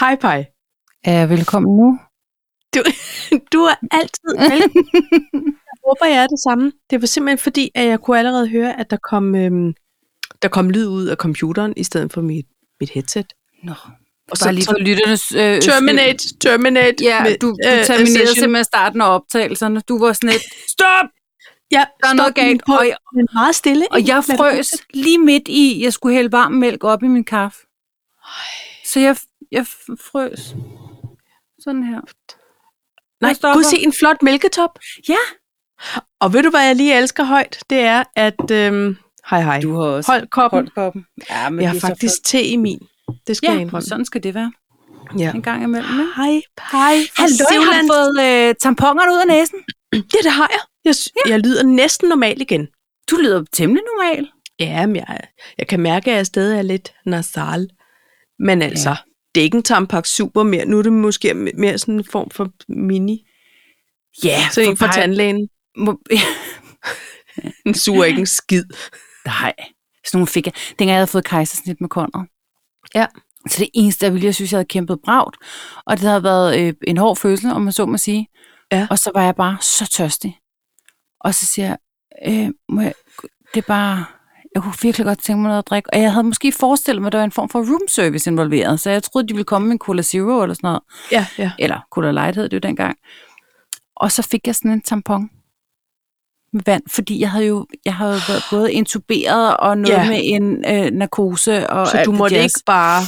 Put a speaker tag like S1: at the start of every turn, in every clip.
S1: Hej, Paj.
S2: Uh, velkommen nu.
S1: Du, du er altid velkommen. jeg håber, jeg er det samme. Det var simpelthen fordi, at jeg kunne allerede høre, at der kom, øhm, der kom lyd ud af computeren, i stedet for mit, mit headset.
S2: Nå,
S1: Og
S2: Bare lige for lytternes... Øh,
S1: terminate, terminate.
S2: Ja,
S1: med,
S2: du, du
S1: øh,
S2: terminerede
S1: session.
S2: simpelthen starten af optagelserne. Du var sådan et, stop!
S1: Ja,
S2: Der er noget galt. Og, jeg-
S1: Men meget stille.
S2: og jeg
S1: Men-
S2: frøs lige midt i, jeg skulle hælde varm mælk op i min kaffe. Så jeg, jeg f- frøs. Sådan her.
S1: Nej,
S2: Jeg stopper.
S1: gud, se en flot mælketop.
S2: Ja.
S1: Og ved du, hvad jeg lige elsker højt? Det er, at... Øhm, hej, hej.
S2: Du har også
S1: Hold koppen.
S2: holdt koppen. Ja, men
S1: jeg
S2: det
S1: har
S2: er så
S1: faktisk te i min. Det skal jeg
S2: flot. Ja,
S1: indrømme.
S2: sådan skal det være.
S1: Ja.
S2: En gang imellem, ikke?
S1: Hej, hej. fra
S2: Hallo, jeg har
S1: Zealand.
S2: fået øh, tamponerne ud af næsen.
S1: Ja, det har jeg. Jeg, ja. jeg lyder næsten normal igen.
S2: Du lyder temmelig normal.
S1: Ja, men jeg, jeg kan mærke, at jeg stadig er lidt nasal. Men altså, ja. det er ikke en Tampax Super mere. Nu er det måske m- mere sådan en form for mini.
S2: Ja,
S1: Så en fra tandlægen.
S2: Må-
S1: Den suger ikke en skid.
S2: Nej, sådan nogle fik jeg. Dengang jeg havde fået kejsersnit med Conrad.
S1: Ja.
S2: Så det eneste, jeg ville, jeg synes, jeg havde kæmpet bragt. Og det havde været øh, en hård fødsel, om man så må sige.
S1: Ja.
S2: Og så var jeg bare så tørstig. Og så siger jeg, øh, må jeg, det er bare, jeg kunne virkelig godt tænke mig noget at drikke. Og jeg havde måske forestillet mig, at der var en form for room service involveret. Så jeg troede, de ville komme med en Cola Zero eller sådan noget.
S1: Ja, ja.
S2: Eller Cola Light hed det jo dengang. Og så fik jeg sådan en tampon med vand, fordi jeg havde jo jeg havde jo været både intuberet og noget
S1: Ja.
S2: med en øh, narkose. Og
S1: Så
S2: alt
S1: du
S2: det
S1: måtte
S2: jazz.
S1: ikke bare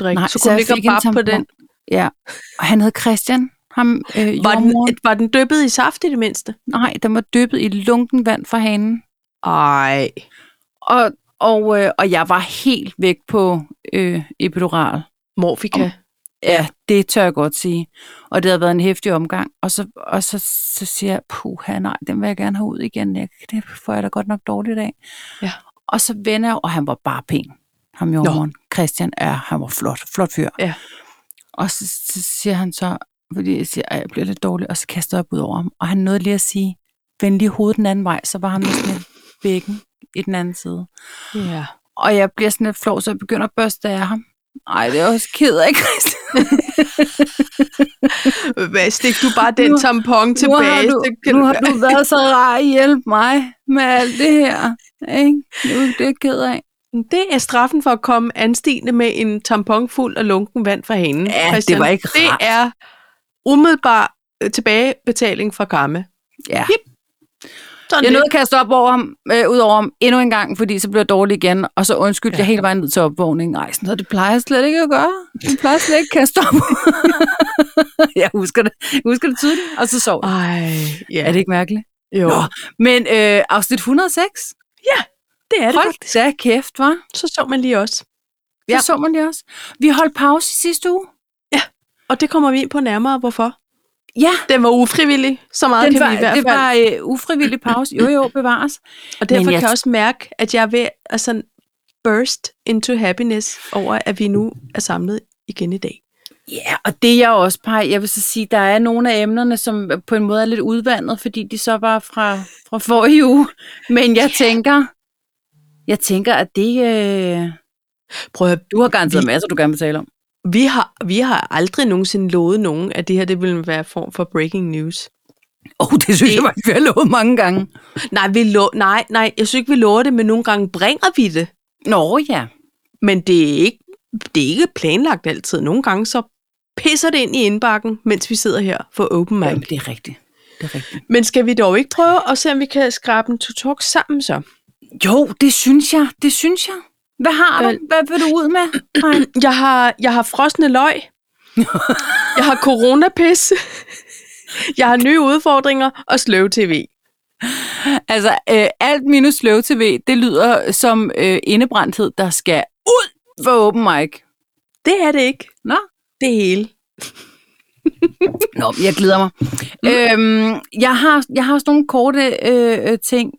S1: drikke.
S2: Nej,
S1: så kunne
S2: jeg
S1: du ikke
S2: fik en
S1: bare på
S2: tampon.
S1: den.
S2: Ja, og han hed Christian. Ham, øh,
S1: Var
S2: jordemoderen.
S1: den, var den dyppet i saft i det mindste?
S2: Nej, den var dyppet i lunken vand fra hanen.
S1: Ej.
S2: Og, og, øh, og jeg var helt væk på øh, epidural.
S1: Morfika.
S2: Ja, det tør jeg godt sige. Og det har været en hæftig omgang. Og så, og så, så siger jeg, puha, nej, den vil jeg gerne have ud igen. Jeg, det får jeg da godt nok dårligt af.
S1: Ja.
S2: Og så vender jeg, og han var bare pæn. Ham jordmoren. Christian, ja, han var flot. Flot fyr.
S1: Ja.
S2: Og så, så siger han så, fordi jeg siger, at jeg bliver lidt dårlig, og så kaster jeg op ud over ham. Og han nåede lige at sige, vend lige hovedet den anden vej, så var han med sådan et bækken i den anden side.
S1: Ja.
S2: Og jeg bliver sådan lidt flov, så jeg begynder at børste af ham. Ej, det er også ked af, Christian.
S1: Hvad, stik du bare den
S2: Nu-
S1: tampon tilbage?
S2: Nu har du,
S1: så kan
S2: nu har du været så rar at hjælpe mig med alt det her. Ikke? Det er jo det, jeg er ked af.
S1: Det er straffen for at komme anstigende med en tampon fuld af lunken vand fra hanen.
S2: Ja, det
S1: Christian.
S2: var ikke
S1: Det
S2: rart.
S1: er umiddelbar øh, tilbagebetaling fra Karma.
S2: Ja.
S1: Sådan
S2: Jeg
S1: lidt.
S2: nåede at kaste op over ham, øh, ud over ham endnu en gang, fordi så blev jeg dårlig igen, og så undskyldte ja. jeg hele vejen ned til opvågningen. Nej, sådan noget, det plejer jeg slet ikke at gøre. Det plejer jeg slet ikke at kaste op. jeg, husker det. jeg husker det tydeligt, og så sov jeg.
S1: Ej, ja.
S2: Er det ikke mærkeligt?
S1: Jo,
S2: Nå, Men øh, afsnit 106,
S1: det er det.
S2: hold da kæft, var.
S1: Så så man lige også.
S2: Ja.
S1: Ja.
S2: Så så man det også. Vi holdt pause i sidste uge.
S1: Og det kommer vi ind på nærmere, hvorfor.
S2: Ja,
S1: Den var ufrivillig, så meget
S2: den
S1: kan
S2: var,
S1: vi i hvert
S2: det
S1: fald.
S2: var øh, ufrivillig pause. Jo, jo, bevares.
S1: og derfor
S2: Men jeg
S1: kan jeg
S2: tr-
S1: også mærke, at jeg er ved at sådan burst into happiness over, at vi nu er samlet igen i dag.
S2: Ja, og det er jeg også, Paj. Jeg vil så sige, der er nogle af emnerne, som på en måde er lidt udvandet, fordi de så var fra, fra forrige uge. Men jeg tænker, jeg tænker, at det... Øh,
S1: Prøv at høre,
S2: du har garanteret masser, du gerne vil tale om.
S1: Vi har, vi har aldrig nogensinde lovet nogen, at det her det ville være form for breaking news.
S2: Åh, oh, det synes jeg faktisk, vi har lovet mange gange.
S1: Nej, vi lo- nej, nej, jeg synes ikke, vi lover det, men nogle gange bringer vi det.
S2: Nå ja.
S1: Men det er ikke, det er ikke planlagt altid. Nogle gange så pisser det ind i indbakken, mens vi sidder her for open mic.
S2: Jamen, det er rigtigt. Det er rigtigt.
S1: Men skal vi dog ikke prøve at se, om vi kan skrabe en to talk sammen så?
S2: Jo, det synes jeg. Det synes jeg. Hvad har
S1: Vel-
S2: du? Hvad vil du ud med? Paj?
S1: Jeg har, jeg har frosne løg. jeg har coronapis. jeg har nye udfordringer og sløv tv.
S2: Altså, øh, alt minus sløv tv, det lyder som øh, indebrændthed, der skal ud for open mic.
S1: Det er det ikke.
S2: Nå,
S1: Det hele.
S2: Nå men jeg glæder mig.
S1: Mm.
S2: øhm, jeg, har, jeg har også nogle korte øh, øh, ting.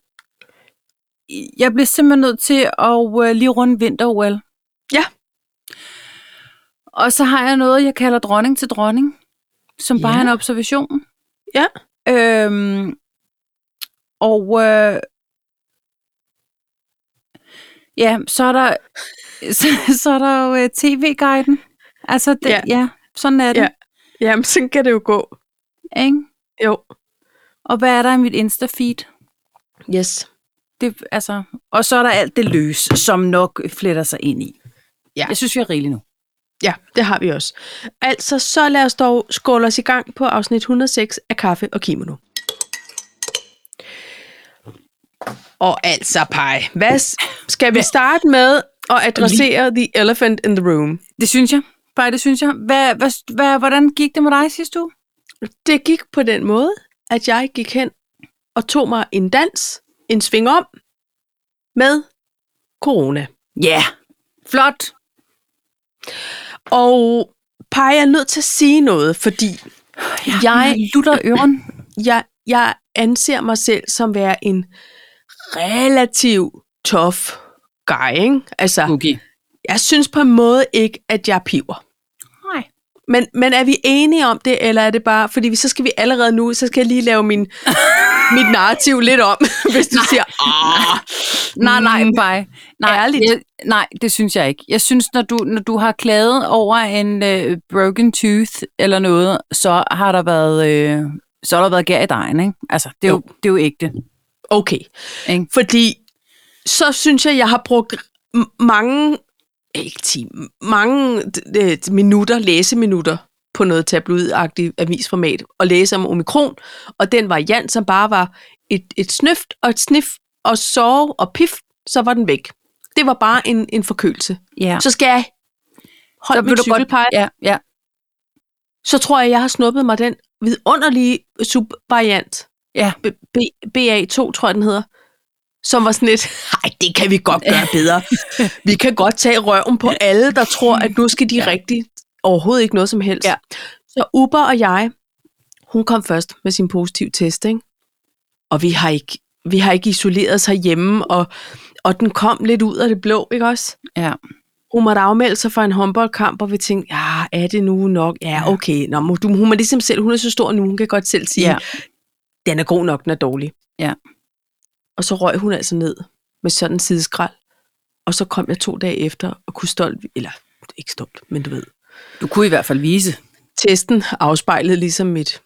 S2: Jeg bliver simpelthen nødt til at øh, lige runde vinter
S1: Ja.
S2: Og så har jeg noget, jeg kalder dronning til dronning, som bare
S1: Ja.
S2: er en observation.
S1: Ja.
S2: Øhm, og øh, ja, så er der, så, så er der jo øh, tv-guiden. Altså, det, ja.
S1: Ja.
S2: ja, sådan er det.
S1: Ja. Jamen, sådan kan det jo gå.
S2: Ja. Ikke?
S1: Jo.
S2: Og hvad er der i mit Insta-feed?
S1: Yes.
S2: Det, altså, og så er der alt det løs, som nok fletter sig ind i.
S1: Ja.
S2: Jeg synes, vi er rigeligt nu.
S1: Ja, det har vi også. Altså, så lad os dog skåle os i gang på afsnit 106 af Kaffe og Kimono. Og altså, Pai, hvad s- skal vi starte med at adressere the elephant in the room?
S2: Det synes jeg. Bare det synes jeg. Hvad, hvad, hvad, hvordan gik det med dig sidste uge?
S1: Det gik på den måde, at jeg gik hen og tog mig en dans, en sving om, med corona.
S2: Ja. Yeah. Flot.
S1: Og Pai jeg er nødt til at sige noget, fordi Jeg-
S2: lutter øren.
S1: jeg, jeg anser mig selv som være en relativ tough guy, ikke? Altså, uh.
S2: Okay.
S1: jeg synes på en måde ikke, at jeg piver.
S2: Nej.
S1: Men, men er vi enige om det, eller er det bare, fordi vi, så skal vi allerede nu, så skal jeg lige lave min, mit narrativ lidt om, hvis du nej, siger, ah,
S2: Nej, nej, bye. Nej,
S1: Mm. Ærligt.
S2: Jeg, nej, det synes jeg ikke. Jeg synes, når du, når du har klaget over en øh, broken tooth eller noget, så har der været... Øh, så har der været gær i dejen, ikke? Altså, det er jo, det er jo ægte.
S1: okay.
S2: Ikke?
S1: Fordi så synes jeg, jeg har brugt m- mange, ikke ti, mange d- øh, minutter, læseminutter på noget tabloidagtigt avisformat og læse om omikron, og den variant, som bare var et, et snøft og et snif og sove og pif, så var den væk. Det var bare en, en forkølelse.
S2: Ja.
S1: Ja. Så skal jeg holde
S2: vil
S1: min
S2: du godt-
S1: cykelpege,
S2: Ja, ja.
S1: så tror jeg, jeg har snuppet mig den vidunderlige subvariant.
S2: Ja.
S1: B- B- BA2, tror jeg, den hedder. Som var sådan lidt, nej, det kan vi godt gøre bedre. vi kan godt tage røven på alle, der tror, at nu skal de
S2: Ja.
S1: ja. rigtigt. Overhovedet ikke noget som helst.
S2: Ja.
S1: Så Uber og jeg, hun kom først med sin positiv test, ikke? Og vi har ikke, vi har ikke isoleret sig hjemme, og, og den kom lidt ud af det blå, ikke også?
S2: Ja.
S1: hun måtte afmelde sig for en håndboldkamp, og vi tænkte, ja, er det nu nok? Ja, okay. Nå, men du, hun er ligesom selv, hun er så stor nu, hun kan godt selv sige,
S2: Ja.
S1: ja. den er god nok, den er dårlig.
S2: Ja.
S1: Og så røg hun altså ned med sådan en sideskrald. Og så kom jeg to dage efter og kunne stolt, eller ikke stolt, men du ved.
S2: Du kunne i hvert fald vise.
S1: Testen afspejlede ligesom mit,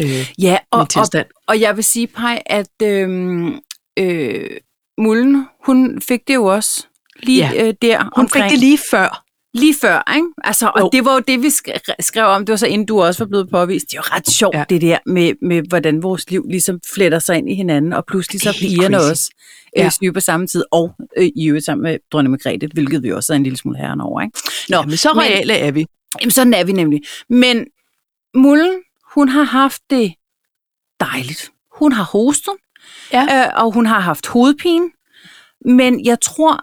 S1: øh,
S2: Ja, og,
S1: min
S2: og
S1: tilstand.
S2: Og jeg vil sige, Paj, at øhm, øh, Mullen, hun fik det jo også lige ja.
S1: Ja.
S2: øh, der
S1: Hun fik det lige før.
S2: lige før, ikke? Altså, og
S1: Jo.
S2: det var jo det, vi skre- skrev om. Det var så inden du også var blevet påvist. Det er jo ret sjovt, ja.
S1: Ja.
S2: det der med, med, hvordan vores liv ligesom fletter sig ind i hinanden, og pludselig så
S1: Det er helt
S2: pigerne
S1: crazy.
S2: også øh,
S1: Ja.
S2: syge på samme tid, og øh, i øvrigt sammen med dronning Margrethe, hvilket vi også er en lille smule herren over, ikke? Nå,
S1: Jamen, så
S2: men-
S1: reale er vi.
S2: Jamen, sådan er vi nemlig. Men Mullen, hun har haft det dejligt. Hun har hostet,
S1: Ja.
S2: øh, og hun har haft hovedpine. Men jeg tror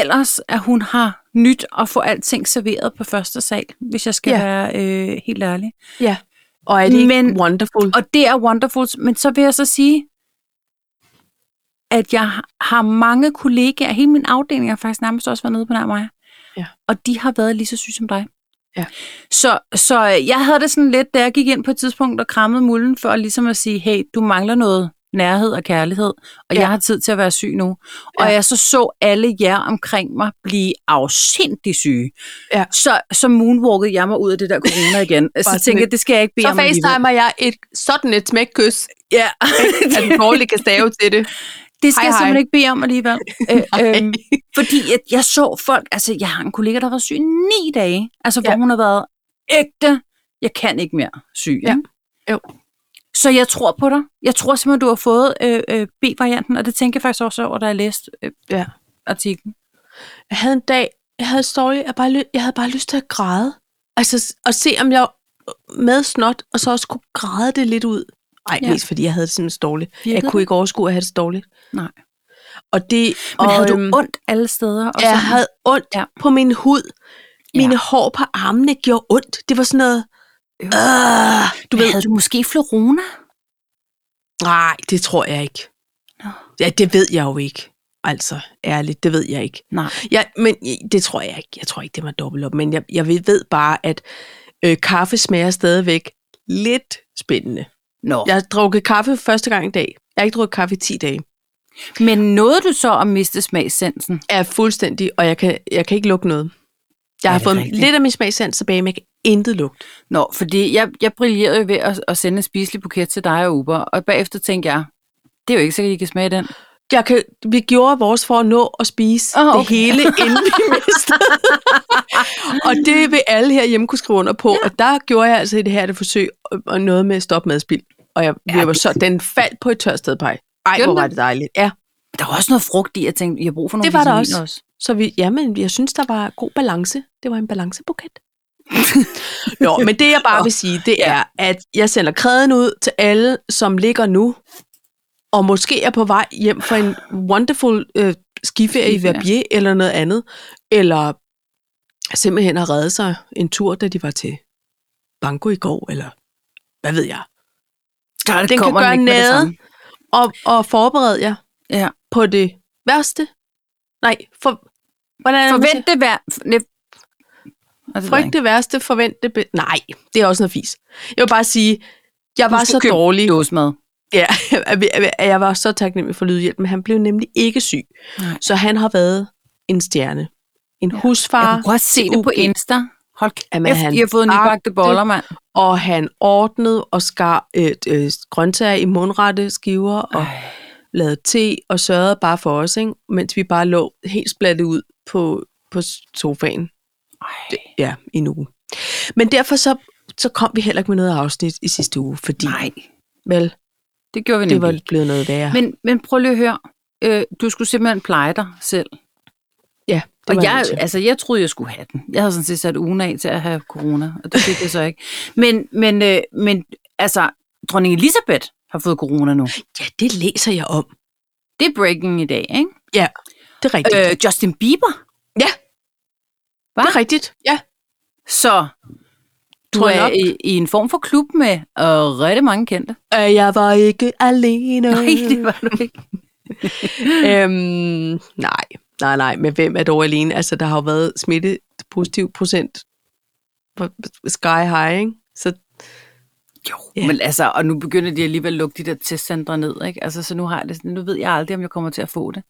S2: ellers, at hun har nyt at få alting serveret på første sal, hvis jeg skal ja.
S1: Ja.
S2: være øh, helt ærlig.
S1: Ja. Og er det ikke
S2: Men-
S1: men, wonderful?
S2: Og det er wonderful, men så vil jeg så sige, at jeg har mange kollegaer, hele min afdeling har faktisk nærmest også været nede på nær mig,
S1: Ja.
S2: og de har været lige så syge som dig.
S1: Ja.
S2: Så, så jeg havde det sådan lidt, da jeg gik ind på et tidspunkt og krammede mulden for ligesom at sige, hey, du mangler noget nærhed og kærlighed, og ja.
S1: Ja.
S2: jeg har tid til at være syg nu.
S1: Ja.
S2: Og jeg så så alle jer omkring mig blive afsindig syge.
S1: Ja.
S2: Så, så moonwalkede jeg mig ud af det der corona igen. så
S1: sådan
S2: tænkte jeg,
S1: lidt.
S2: det skal jeg ikke bede
S1: Så
S2: om alligevel.
S1: facetimer jeg et, sådan et smækkys,
S2: Ja.
S1: at den dårlige kan stave til det.
S2: Det skal hej,
S1: Altså, Hej,
S2: jeg
S1: hej.
S2: simpelthen ikke bede om alligevel. Øh, øhm, fordi jeg, jeg så folk, altså jeg har en kollega, der var syg ni dage, altså hvor
S1: Ja.
S2: hun har været ægte, jeg kan ikke mere syg.
S1: Ja.
S2: ikke?
S1: Jo.
S2: Så jeg tror på dig. Jeg tror simpelthen, du har fået øh, øh, B-varianten, og det tænker jeg faktisk også over, da jeg læste øh,
S1: Ja.
S2: artiklen.
S1: Jeg havde en dag, jeg havde dårligt, jeg, bare, ly- jeg havde bare lyst til at græde. Altså, s- og se om jeg med snot, og så også kunne græde det lidt ud. Nej,
S2: Ja.
S1: ja. mest fordi jeg havde det simpelthen så dårligt.
S2: Virkede
S1: jeg kunne
S2: det?
S1: ikke overskue at have det så dårligt.
S2: Nej.
S1: Og det,
S2: Men
S1: og,
S2: havde
S1: øhm,
S2: du ondt alle steder? Og
S1: jeg
S2: sådan?
S1: havde ondt
S2: Ja.
S1: ja. på min hud. Mine
S2: Ja.
S1: ja. hår på armene gjorde ondt. Det var sådan noget...
S2: Øv.
S1: Øh, du
S2: Men
S1: ved,
S2: havde du måske florona?
S1: nej, det tror jeg ikke.
S2: Nå.
S1: Ja, det ved jeg jo ikke. Altså, ærligt, det ved jeg ikke.
S2: Nej.
S1: Ja, men i- det tror jeg ikke. Jeg tror ikke, det var dobbelt op. Men jeg, jeg ved ved bare, at øh, kaffe smager stadigvæk lidt spændende.
S2: Nå.
S1: Jeg har drukket kaffe for første gang i dag. Jeg har ikke drukket kaffe i 10 dage.
S2: Men nåede du så at miste smagssensen?
S1: Jeg er fuldstændig, og jeg kan, jeg kan ikke lukke noget. Jeg har
S2: det
S1: fået
S2: rigtigt?
S1: lidt af min smagsand tilbage, men jeg kan intet lugt.
S2: Nå, fordi jeg, jeg brillerede jo ved at, at sende en spiselig buket til dig og Uber, og bagefter tænkte jeg, det er jo ikke sikkert, I kan smage den.
S1: Jeg kan, vi gjorde vores for at nå at spise
S2: Åh,
S1: oh, okay. det
S2: okay.
S1: hele, inden vi mistede. og det vil alle her hjemme kunne skrive under på. Ja. Og der gjorde jeg altså i det her det forsøg, og- og noget med at stoppe madspild. Og jeg, ja,
S2: Ja,
S1: jeg var så, den faldt på et tørt sted, Paj. Ej,
S2: Gjorde
S1: hvor
S2: den
S1: var
S2: det?
S1: det dejligt. Ja,
S2: Der var også noget frugt i, jeg tænkte, jeg har brug for nogle
S1: Det var der
S2: vitaminer
S1: også. så vi, jamen, jeg synes, der var god balance. Det var en balancebuket. Nå, men det jeg bare vil sige, det
S2: Ja.
S1: er, at jeg sender kræden ud til alle, som ligger nu, og måske er på vej hjem fra en wonderful øh, skiferie i
S2: Skiferie.
S1: Verbier eller noget andet, eller simpelthen har reddet sig en tur, da de var til Banco i går, eller hvad ved jeg.
S2: Der,
S1: Den kan
S2: kommer
S1: gøre
S2: ikke med det
S1: noget.
S2: samme.
S1: Og, og forbered jer
S2: Ja.
S1: på det værste. Nej, for, hvordan er det, man siger?
S2: Forvent det hver... Nej. Og det ved jeg
S1: Frygt
S2: ikke.
S1: det værste, forvent det bedste. Nej, det er også noget fis. Jeg vil bare sige, jeg var
S2: Husk
S1: så
S2: at købe
S1: dårlig,
S2: Dåsemad.
S1: ja, at vi- at jeg var så taknemmelig for lydhjælp, men han blev nemlig ikke syg.
S2: Nej.
S1: Så han har været en stjerne. En ja.
S2: Jeg
S1: husfar,
S2: kunne godt se det på
S1: UG.
S2: Insta. Hold
S1: Jamen,
S2: kæft,
S1: han
S2: I har fået nybagte boller, mand.
S1: og han ordnede og skar øh, øh, grøntsager i mundrette skiver og
S2: Ej.
S1: lavede te og sørgede bare for os, ikke? mens vi bare lå helt splattet ud på, på sofaen.
S2: Ej.
S1: Ja, i en uge. Men derfor så, så kom vi heller ikke med noget afsnit i sidste uge, fordi
S2: Nej,
S1: vel,
S2: det gjorde vi
S1: det var
S2: nemlig.
S1: blevet noget værre.
S2: Men, men prøv lige at høre. Øh, du skulle simpelthen pleje dig selv.
S1: ja, det
S2: Og
S1: var
S2: jeg,
S1: nødt til.
S2: altså, jeg troede, jeg skulle have den. Jeg havde sådan set sat ugen af til at have corona, og det fik jeg så ikke. Men, men, øh, men altså, dronning Elisabeth har fået corona nu.
S1: ja, det læser jeg om.
S2: Det er breaking i dag, ikke?
S1: Ja, det er rigtigt. Øh,
S2: Øh, Justin Bieber.
S1: det er rigtigt. Ja,
S2: Så du
S1: Tror
S2: er
S1: jeg
S2: i, i en form for klub med øh, rigtig mange kendte.
S1: Øh, jeg var ikke alene.
S2: Nej, det var du ikke.
S1: øhm, nej, nej, nej. Men hvem er dog alene? Altså, der har jo været smitte positiv procent på sky high, ikke? Så
S2: Jo,
S1: Ja.
S2: men altså, og nu begynder de alligevel at lukke de der testcentre ned, ikke? Altså, så nu har jeg det sådan, nu ved jeg aldrig, om jeg kommer til at få det.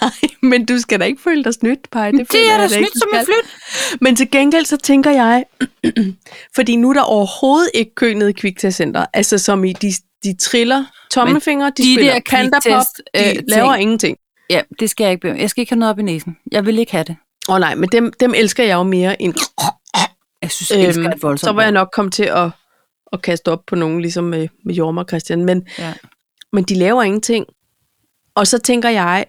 S1: nej, men du skal da ikke føle dig snydt, Paj. Det, føler jeg ikke, du skal.
S2: flyt.
S1: Men til gengæld så tænker jeg, fordi nu er der overhovedet ikke kø nede i Kviktestcenteret, altså som i, de, de triller tommelfingre, de,
S2: de
S1: de spiller
S2: der
S1: pandapop,
S2: Kviktest,
S1: de
S2: øh,
S1: øh, laver
S2: ting.
S1: ingenting.
S2: Ja, det skal jeg ikke blive. Jeg skal ikke have noget op i næsen. Jeg vil ikke have det.
S1: Åh oh, nej, men dem, dem elsker jeg jo mere end...
S2: Jeg synes, jeg elsker et voldsomt
S1: Øhm, så var jeg nok kommet til at, at kaste op på nogen, ligesom med, med Jorma og Christian, men,
S2: Ja.
S1: men de laver ingenting. Og så tænker jeg,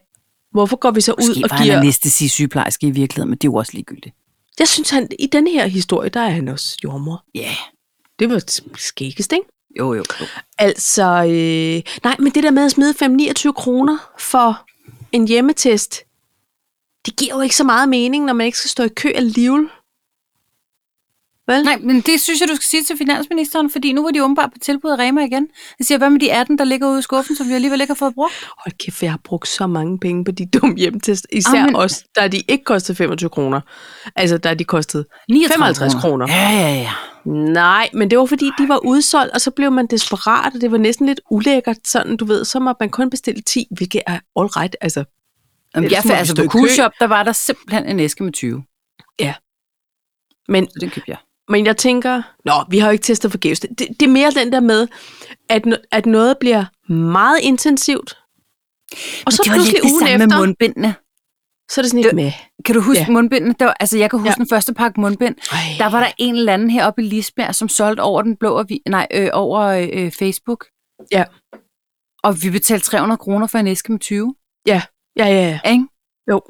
S1: hvorfor går vi så ud og giver...
S2: næste sige sygeplejerske i virkeligheden, men det er jo også ligegyldigt.
S1: Jeg synes, han i den her historie, der er han også jordmor.
S2: Ja, yeah.
S1: Det var skæggest, ikke?
S2: jo, jo. jo.
S1: Altså, øh, nej, men det der med at smide 5-29 kroner for en hjemmetest, det giver jo ikke så meget mening, når man ikke skal stå i kø alligevel. Vel?
S2: Nej, men det synes jeg, du skal sige til finansministeren, fordi nu var de åbenbart på tilbud af Rema igen. Jeg siger, hvad med de 18, der ligger ude i skuffen, som vi alligevel ikke har fået brugt?
S1: Hold kæft, jeg har brugt så mange penge på de dumme hjemmetest. Især
S2: Amen.
S1: også, da de ikke kostede 25 kroner. Altså, da de kostede
S2: 59
S1: 55 kroner.
S2: Ja, ja, ja.
S1: Nej, men det var fordi, de var udsolgt, og så blev man desperat, og det var næsten lidt ulækkert, sådan du ved, så måtte man kun bestille 10, hvilket er all right, altså
S2: Jamen,
S1: Ellers
S2: jeg
S1: må
S2: fandt,
S1: vi
S2: altså
S1: stå i
S2: på
S1: kø.
S2: Coolshop, der var der simpelthen en æske med 20.
S1: Ja. Men-
S2: så den købte jeg.
S1: Men jeg tænker, nå, vi har jo ikke testet forgæves. Det, det er mere den der med, at, no- at noget bliver meget intensivt, og så pludselig ugen efter,
S2: med Øh, mundbindene.
S1: så er det sådan lidt med.
S2: Kan du huske
S1: Ja.
S2: ja. mundbindene? Der var, altså, jeg kan huske
S1: Ja.
S2: ja. den første pakke mundbind.
S1: Ej,
S2: Der var der en eller anden heroppe i Lisbjerg, som solgte over den blå avi, nej, øh, over øh, Facebook.
S1: Ja.
S2: Og vi betalte 300 kroner for en æske med 20,
S1: ja, ja, ja.
S2: ikke?
S1: Jo.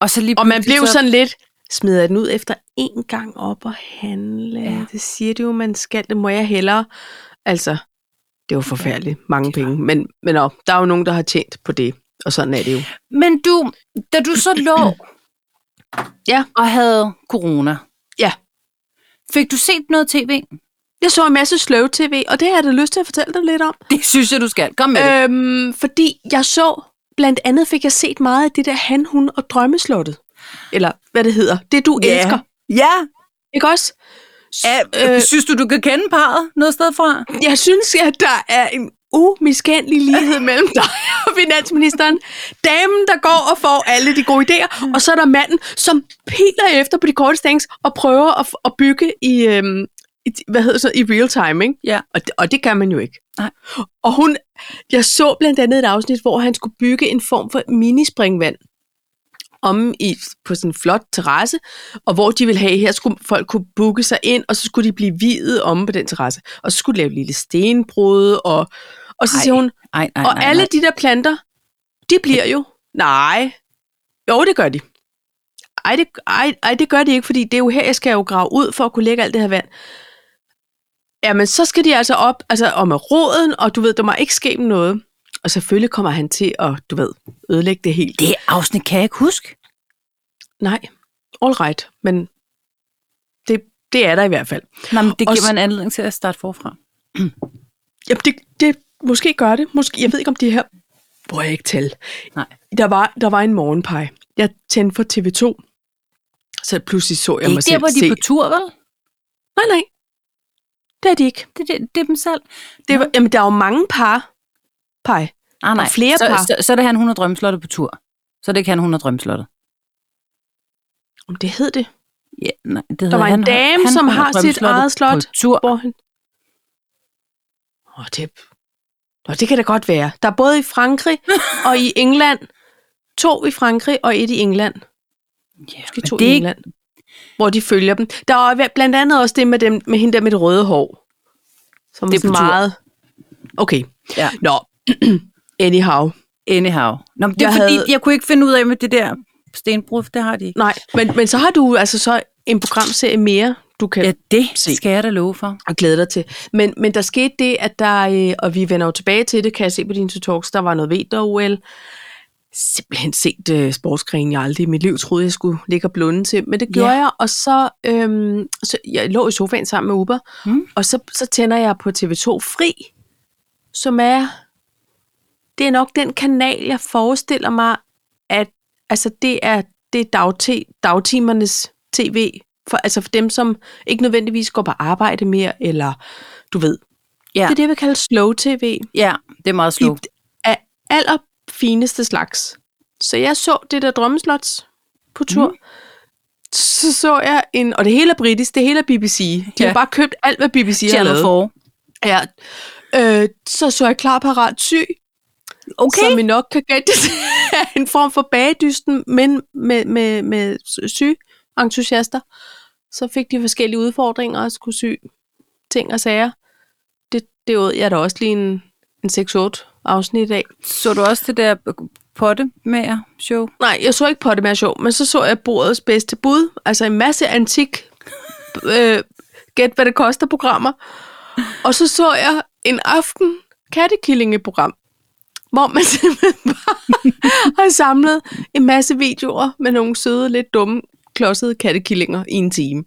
S2: Og, så lige
S1: Og man
S2: pludselig
S1: blev
S2: så-
S1: sådan lidt, smider jeg den ud efter én gang op og handle.
S2: Ja.
S1: Ja. Det siger det jo, man skal. Det må jeg hellere. Altså, det var forfærdeligt. Mange penge. Men, men nå, der er jo nogen, der har tjent på det. Og sådan er det jo.
S2: Men du, da du så lå
S1: Ja.
S2: og havde corona,
S1: Ja.
S2: fik du set noget tv?
S1: Jeg så en masse slow tv, og det har jeg da lyst til at fortælle dig lidt om.
S2: Det synes jeg, du skal. Kom med øh, det.
S1: Øhm, fordi jeg så, blandt andet fik jeg set meget af det der han, hun og drømmeslottet. Eller hvad det hedder. Det du
S2: Ja.
S1: elsker.
S2: Ja.
S1: Ikke også?
S2: Ja,
S1: øh,
S2: øh, synes du, du kan kende parret noget sted fra?
S1: Jeg synes, at der er en umiskendelig lighed mellem dig og finansministeren. Damen, der går og får alle de gode idéer, og så er der manden, som piler efter på de korte stængs og prøver at, at bygge i, øhm, i, hvad hedder så, i real time, ikke?
S2: Ja.
S1: Og, det, og det kan man jo ikke.
S2: Nej.
S1: Og hun, jeg så blandt andet et afsnit, hvor han skulle bygge en form for minispringvand om i, på sådan en flot terrasse, og hvor de ville have, her skulle folk kunne booke sig ind, og så skulle de blive videt om på den terrasse. Og så skulle de lave et lille stenbrud, og, og så
S2: Ej,
S1: siger hun,
S2: Ej, nej,
S1: og
S2: nej,
S1: alle
S2: nej.
S1: de der planter, de bliver jo. Nej. Jo, det gør de. Ej det, ej, ej, det gør de ikke, fordi det er jo her, jeg skal jo grave ud for at kunne lægge alt det her vand. Jamen, så skal de altså op, altså om med roden, og du ved, der må ikke ske dem noget. Og selvfølgelig kommer han til at, du ved, ødelægge det helt.
S2: Det afsnit kan jeg ikke huske.
S1: Nej, all right, men det, det er der i hvert fald.
S2: Nå, men det
S1: Og
S2: giver
S1: s-
S2: mig en anledning til at starte forfra.
S1: Jamen, det, det måske gør det. Måske, jeg ved ikke, om det her... Hvor jeg ikke tal.
S2: Nej.
S1: Der var, der var en morgenpej. Jeg tændte for TV2. Så pludselig så jeg
S2: ikke
S1: mig selv
S2: der, hvor de
S1: se.
S2: er på tur, vel?
S1: Nej, nej. Det er de ikke.
S2: Det, det, det er dem selv.
S1: Det var, jamen, der er jo mange par. Pej.
S2: Ah, nej.
S1: Og flere
S2: så,
S1: par.
S2: så, så, er det han, hun har drømmeslottet på tur. Så er det ikke han, hun har drømmeslottet.
S1: Om det hed det.
S2: Ja, nej, det hedder
S1: Der var en
S2: han, har-
S1: dame,
S2: han,
S1: som
S2: hun
S1: har sit
S2: drømmeslottet
S1: eget slot.
S2: På tur.
S1: Hvor han... Åh, det... Nå, det kan da godt være. Der er både i Frankrig og i England. To i Frankrig og et i England.
S2: Ja,
S1: Måske
S2: men
S1: to
S2: det
S1: i
S2: er ikke-
S1: England. Hvor de følger dem. Der er blandt andet også det med, dem, med hende der med det røde hår. Som
S2: Det
S1: det
S2: er
S1: er sådan
S2: på tur.
S1: meget... Okay.
S2: Ja.
S1: Nå. Anyhow.
S2: Anyhow. Nå, men det er
S1: Jeg
S2: fordi,
S1: havde-
S2: jeg kunne ikke finde ud af med det der stenbrud, det har de ikke.
S1: Nej, men, men så har du altså så en programserie mere, du kan
S2: Ja,
S1: ja.
S2: det
S1: Se.
S2: skal jeg da love for.
S1: glæde dig til. Men, men der skete det, at der... øh, Og vi vender jo tilbage til det, kan jeg se på dine talks. Der var noget vinter-OL. Simpelthen set øh, sportsgren, jeg aldrig i mit liv troede, jeg skulle ligge og blunde til. Men det gjorde
S2: Ja.
S1: jeg, og så, øhm, så... Jeg lå i sofaen sammen med Uber,
S2: Mm.
S1: Og så, så tænder jeg på TV2 Fri, som er, det er nok den kanal, jeg forestiller mig, at altså det er, det er dagte, dagtimernes tv, for, altså for dem, som ikke nødvendigvis går på arbejde mere, eller du ved.
S2: Ja.
S1: Det er det, vi kalder slow tv.
S2: Ja, det er meget slow.
S1: Det er allerfineste slags. Så jeg så det der drømmeslots på tur. Mm. Så så jeg en, og det hele er britisk, det hele er BBC. De
S2: Ja.
S1: har bare købt alt, hvad BBC har
S2: Channel
S1: lavet.
S2: 4.
S1: Ja. Øh, så så jeg klar parat syg,
S2: Okay.
S1: som I nok kan gætte er en form for bagedysten, men med, med, med syg entusiaster. Så fik de forskellige udfordringer og skulle sy ting og sager. Det, det åd jeg da også lige en, en 6-8 afsnit af.
S2: Så du også det der pottemager show?
S1: Nej, jeg så ikke på det med sjov, men så så jeg bordets bedste bud. Altså en masse antik, øh, gæt hvad det koster programmer. Og så så jeg en aften kattekillingeprogram, hvor man simpelthen bare har samlet en masse videoer med nogle søde, lidt dumme, klodsede kattekillinger i en time.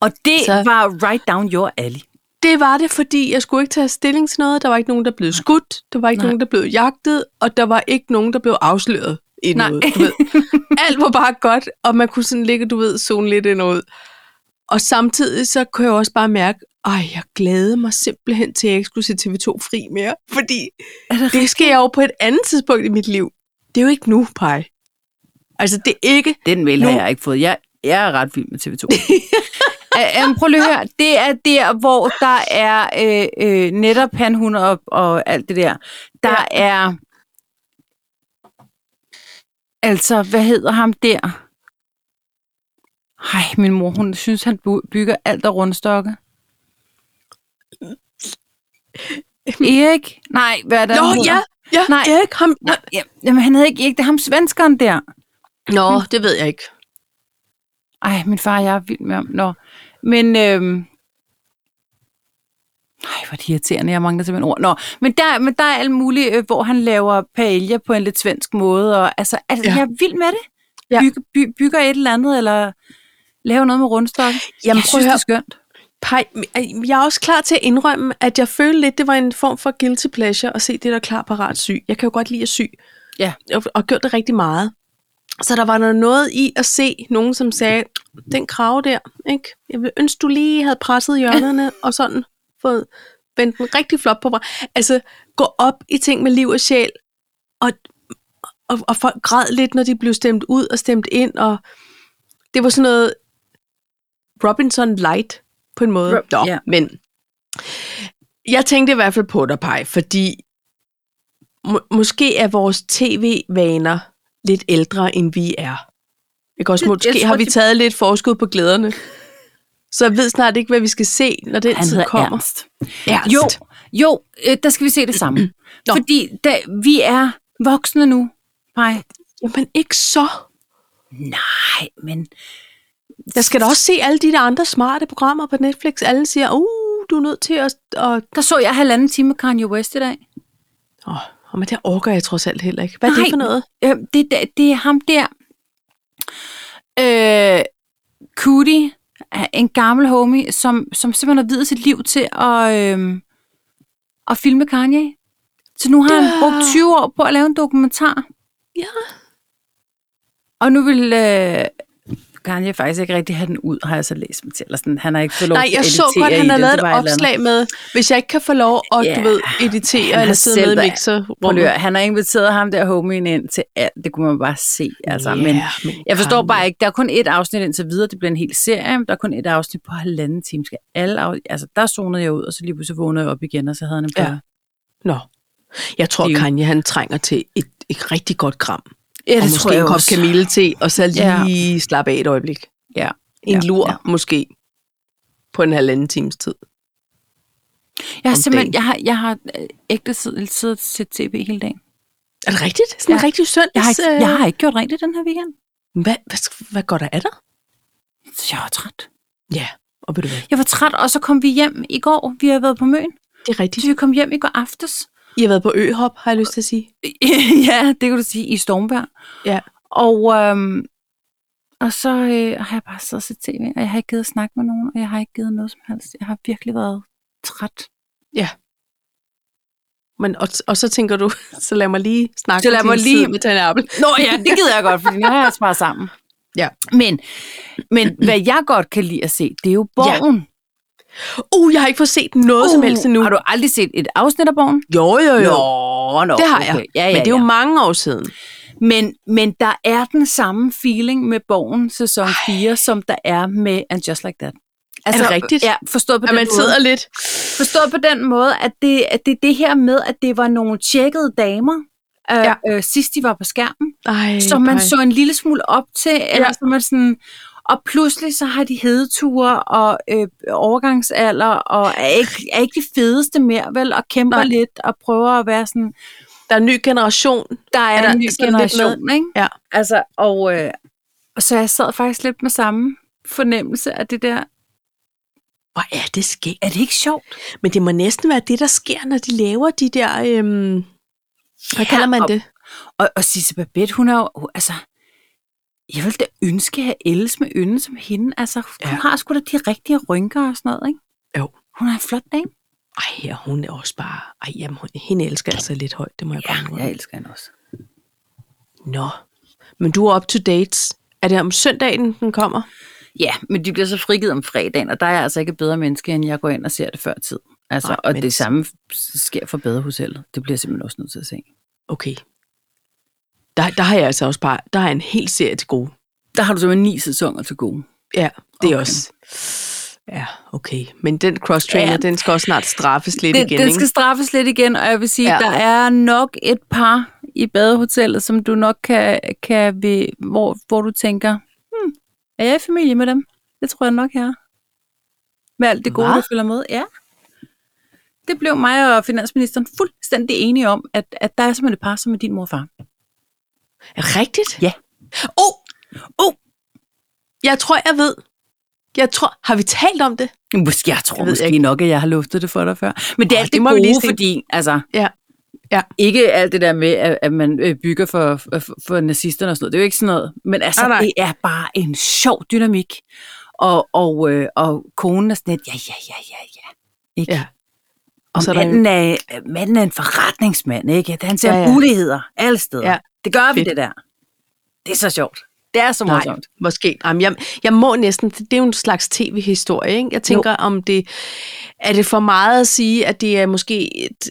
S2: Og det
S1: Så-
S2: var right down your alley.
S1: Det var det, fordi jeg skulle ikke tage stilling til noget. Der var ikke nogen, der blev skudt. Der var ikke
S2: Nej.
S1: Nej. nogen, der blev jagtet. Og der var ikke nogen, der blev afsløret i
S2: Nej.
S1: noget. Du ved. Alt var bare godt, og man kunne sådan ligge, du ved, zone lidt ind og ud. Og samtidig så kunne jeg også bare mærke, ej, jeg glæder mig simpelthen til, at jeg ikke skulle se TV2 fri mere. Fordi
S2: Er det
S1: det skal jeg jo på et andet tidspunkt i mit liv. Det er jo ikke nu, Paj. Altså, det er ikke...
S2: Den mail har
S1: Nu-
S2: jeg ikke fået. Jeg, jeg er ret vild med TV2. Æ, um, prøv lige at høre. Det er der, hvor der er øh, øh, netop han, hun og, og alt det der. Der ja. er... Altså, hvad hedder ham der? Ej, min mor, hun synes, han bu- bygger alt af rundstokke. Erik? Nej, hvad er det? han
S1: Nå,
S2: hedder?
S1: ja, ja,
S2: Nej.
S1: Nej. Erik, ham...
S2: Nej, ja, jamen, han hedder ikke Erik, det er ham svenskeren der.
S1: Nå, det ved jeg ikke.
S2: Ej, min far og jeg er vild med ham. Nå. Men, øhm... Ej, hvor er de irriterende. Jeg mangler simpelthen ord. Nå, men der, men der er alt muligt, øh, hvor han laver paella på en lidt svensk måde. Og, altså, altså ja.
S1: Ja.
S2: jeg er vild med det. Ja.
S1: Ja.
S2: Bygge, by, bygger et eller andet, eller laver noget med rundstokken.
S1: Jamen,
S2: jeg
S1: prøv at
S2: synes, det er skønt.
S1: Pej, jeg er også klar til at indrømme, at jeg følte lidt, det var en form for guilty pleasure at se det der klar parat syg. Jeg kan jo godt lide at sy.
S2: Ja.
S1: Og, og gjort det rigtig meget. Så der var noget, noget i at se nogen, som sagde, den krave der, ikke? Jeg vil ønske, du lige havde presset hjørnerne og sådan fået vende den rigtig flot på bræt. Altså, gå op i ting med liv og sjæl, og, og, og folk græd lidt, når de blev stemt ud og stemt ind, og det var sådan noget Robinson Light på en måde.
S2: Ro-
S1: Nå,
S2: ja.
S1: men jeg tænkte i hvert fald på dig, Paj, fordi må, måske er vores tv-vaner lidt ældre, end vi er. Ikke også?
S2: Det- jeg
S1: Måske
S2: tror,
S1: har vi
S2: de-
S1: taget lidt forskud på glæderne. Så jeg ved snart ikke, hvad vi skal se, når den
S2: Han
S1: tid
S2: hedder
S1: kommer.
S2: Ernst. Jo, jo, øh, der skal vi se det samme.
S1: Nå.
S2: Fordi da, vi er voksne nu. Nej,
S1: Jamen ikke så.
S2: nej, men...
S1: Jeg skal da også se alle de der andre smarte programmer på Netflix. Alle siger, uh, du er nødt til at... Og,
S2: Der så jeg halvanden time med Kanye West i dag.
S1: oh, men det orker jeg trods alt heller ikke. Hvad er det
S2: Nej.
S1: for noget?
S2: Øh, det, det, det er ham der. Øh, Cootie, er en gammel homie, som, som simpelthen har videt sit liv til at, øh, at filme Kanye. Så nu har han
S1: Ja.
S2: brugt 20 år på at lave en dokumentar.
S1: Ja.
S2: Og nu vil øh, Kanye faktisk ikke rigtig have den ud, har jeg så læst mig til. Eller sådan, han har ikke fået lov
S1: Nej,
S2: til
S1: jeg
S2: at
S1: så
S2: editere
S1: godt,
S2: i
S1: han har
S2: det.
S1: lavet
S2: Det
S1: et
S2: var eller andet.
S1: opslag med, hvis jeg ikke kan få lov at,
S2: Ja,
S1: du ved, editere
S2: han
S1: eller
S2: har
S1: sidde
S2: selv
S1: med i
S2: været-
S1: mixer.
S2: Prøv lige at høre, han har inviteret ham der homien ind til alt. Det kunne man bare se. Altså. Yeah. Men
S1: men
S2: jeg forstår
S1: Kanye.
S2: bare ikke, der er kun et afsnit indtil videre. Det bliver en hel serie, men der er kun et afsnit på halvanden time. Skal alle af... Altså, der zonede jeg ud, og så lige pludselig vågnede jeg op igen, og så havde han en
S1: Ja.
S2: ja.
S1: Nå. Jeg tror,
S2: Det er jo-
S1: Kanye han trænger til et, et rigtig godt kram.
S2: Ja,
S1: og måske en kop kamille til, og så
S2: Ja.
S1: lige slappe af et øjeblik.
S2: Ja.
S1: En
S2: Ja,
S1: lur
S2: ja.
S1: måske på en halvanden times tid.
S2: Jeg har
S1: om dagen.
S2: simpelthen, jeg har, jeg har øh, ægte siddet siddet og set tv hele dagen.
S1: Er det rigtigt? Sådan en
S2: Ja.
S1: rigtig søndags...
S2: Jeg har, ikke, jeg
S1: øh,
S2: har ikke gjort rent i den her weekend.
S1: Hvad, hvad, sk- hvad går der af dig?
S2: Så Jeg var træt.
S1: Ja, og ved du hvad?
S2: Jeg var træt, og så kom vi hjem i går. Vi har været på Møn.
S1: Det er rigtigt.
S2: Så vi kom hjem i går aftes.
S1: I har været på øhop, har jeg lyst til at sige.
S2: ja, det kan du sige, i Stormberg.
S1: Ja.
S2: Og, øhm, og så øh, har jeg bare siddet og set tv, og jeg har ikke givet at snakke med nogen, og jeg har ikke givet noget som helst. Jeg har virkelig været træt.
S1: Men, og, og så tænker du, så lad mig lige snakke
S2: Så lad
S1: til
S2: mig
S1: en
S2: lige-
S1: side med Tanja Appel.
S2: Nå ja, det gider jeg godt, fordi nu har jeg sparet sammen.
S1: Ja.
S2: Men, men hvad jeg godt kan lide at se, det er jo Borgen. Ja.
S1: Uh, jeg har ikke fået set noget uh, som helst endnu.
S2: Har du aldrig set et afsnit af Borgen?
S1: Jo, jo, jo.
S2: Nå, nå,
S1: det har jeg.
S2: okay. Ja, ja,
S1: Men det er jo
S2: ja.
S1: mange år siden.
S2: Men, men der er den samme feeling med Borgen sæson 4, som der er med And Just Like That. Altså,
S1: det rigtigt?
S2: Ja, forstået på
S1: At
S2: den
S1: man
S2: måde.
S1: sidder lidt.
S2: Forstået på den måde, at det, at det er det her med, at det var nogle tjekkede damer, øh,
S1: Ja.
S2: ja. øh, sidst de var på skærmen,
S1: Ej,
S2: som man
S1: nej.
S2: så en lille smule op til, eller
S1: Ja.
S2: som man sådan... Og pludselig så har de hedeture og øh, overgangsalder, og er ikke, er ikke de fedeste mere, vel? Og kæmper
S1: Nej.
S2: Nej. lidt, og prøver at være sådan...
S1: Der er en ny generation.
S2: Der er,
S1: der
S2: en ny
S1: sådan lidt
S2: generation, ikke?
S1: Ja.
S2: Altså, og, øh, og så jeg sad faktisk lidt med samme fornemmelse af det der...
S1: Hvor er det sket?
S2: Er det ikke sjovt?
S1: Men det må næsten være det, der sker, når de laver de der... Øhm, hvad
S2: Ja,
S1: kalder man
S2: og-
S1: det?
S2: Og, og Sisse Babette, hun er jo, hun- altså, jeg ville da ønske at have Elles med øjne som hende. Altså, hun
S1: Ja.
S2: ja. har sgu da de rigtige rynker og sådan noget, ikke?
S1: Jo.
S2: Hun er en flot dame.
S1: Ej, og hun er også bare... Ej, jamen, hun, hende elsker altså lidt højt, det må jeg bare indrømme.
S2: elsker hende også.
S1: Nå. Men du er up to dates. Er det om søndagen, den kommer?
S2: Ja, men de bliver så frigivet om fredagen, og der er jeg altså ikke et bedre menneske, end jeg går ind og ser det før tid. Altså,
S1: Nej,
S2: Nej, og
S1: men-
S2: det samme sker for badehotellet. Det bliver jeg simpelthen også nødt til at se.
S1: Okay. Der, der har jeg altså også bare... Der er en hel serie til gode.
S2: Der har du simpelthen ni sæsoner til gode.
S1: Ja, det okay.
S2: Okay.
S1: også... Ja, okay. Men den cross-trainer, ja.
S2: Ja.
S1: den skal også snart straffes lidt
S2: Den,
S1: igen,
S2: den
S1: ikke?
S2: skal straffes lidt igen, og jeg vil sige,
S1: Ja.
S2: ja. der er nok et par i badehotellet, som du nok kan, kan ved, hvor, hvor du tænker, hmm, er jeg i familie med dem? Det tror jeg nok, jeg er. Med alt det gode,
S1: Hva?
S2: der følger med, ja. Det blev mig og finansministeren fuldstændig enige om, at, at der er simpelthen et par, som er din mor og far.
S1: Rigtigt?
S2: Ja.
S1: Oh!
S2: Oh!
S1: Jeg tror, jeg ved. Jeg tror, har vi talt om det?
S2: Måske, jeg tror
S1: Jeg
S2: jeg
S1: ved
S2: måske
S1: ikke.
S2: ikke. nok, at jeg har luftet det for dig før. Men det er
S1: Åh,
S2: alt
S1: det
S2: det,
S1: må vi
S2: gode,
S1: lige se.
S2: fordi altså,
S1: Ja. Ja.
S2: ikke alt det der med, at, at man øh, bygger for, for, for nazisterne og sådan noget. Det er jo ikke sådan noget. Men altså,
S1: Nej, nej.
S2: det er bare en sjov dynamik. Og, og, øh, og konen er sådan lidt, ja, ja, ja, ja, ja. Ikke?
S1: Ja.
S2: Ja.
S1: Og
S2: Og
S1: så er
S2: så
S1: der
S2: manden, er, manden er en forretningsmand, ikke? Altså, Han ser
S1: Ja,
S2: ja,
S1: ja.
S2: ja. muligheder alle steder.
S1: Ja.
S2: Ja. Det gør vi,
S1: Fedt.
S2: det der. Det er så sjovt. Det er så
S1: Nej,
S2: morsomt.
S1: måske. Jamen, jeg, jeg må næsten, det, det er jo en slags tv-historie, ikke? Jeg tænker, jo. om det, er det for meget at sige, at det er måske et,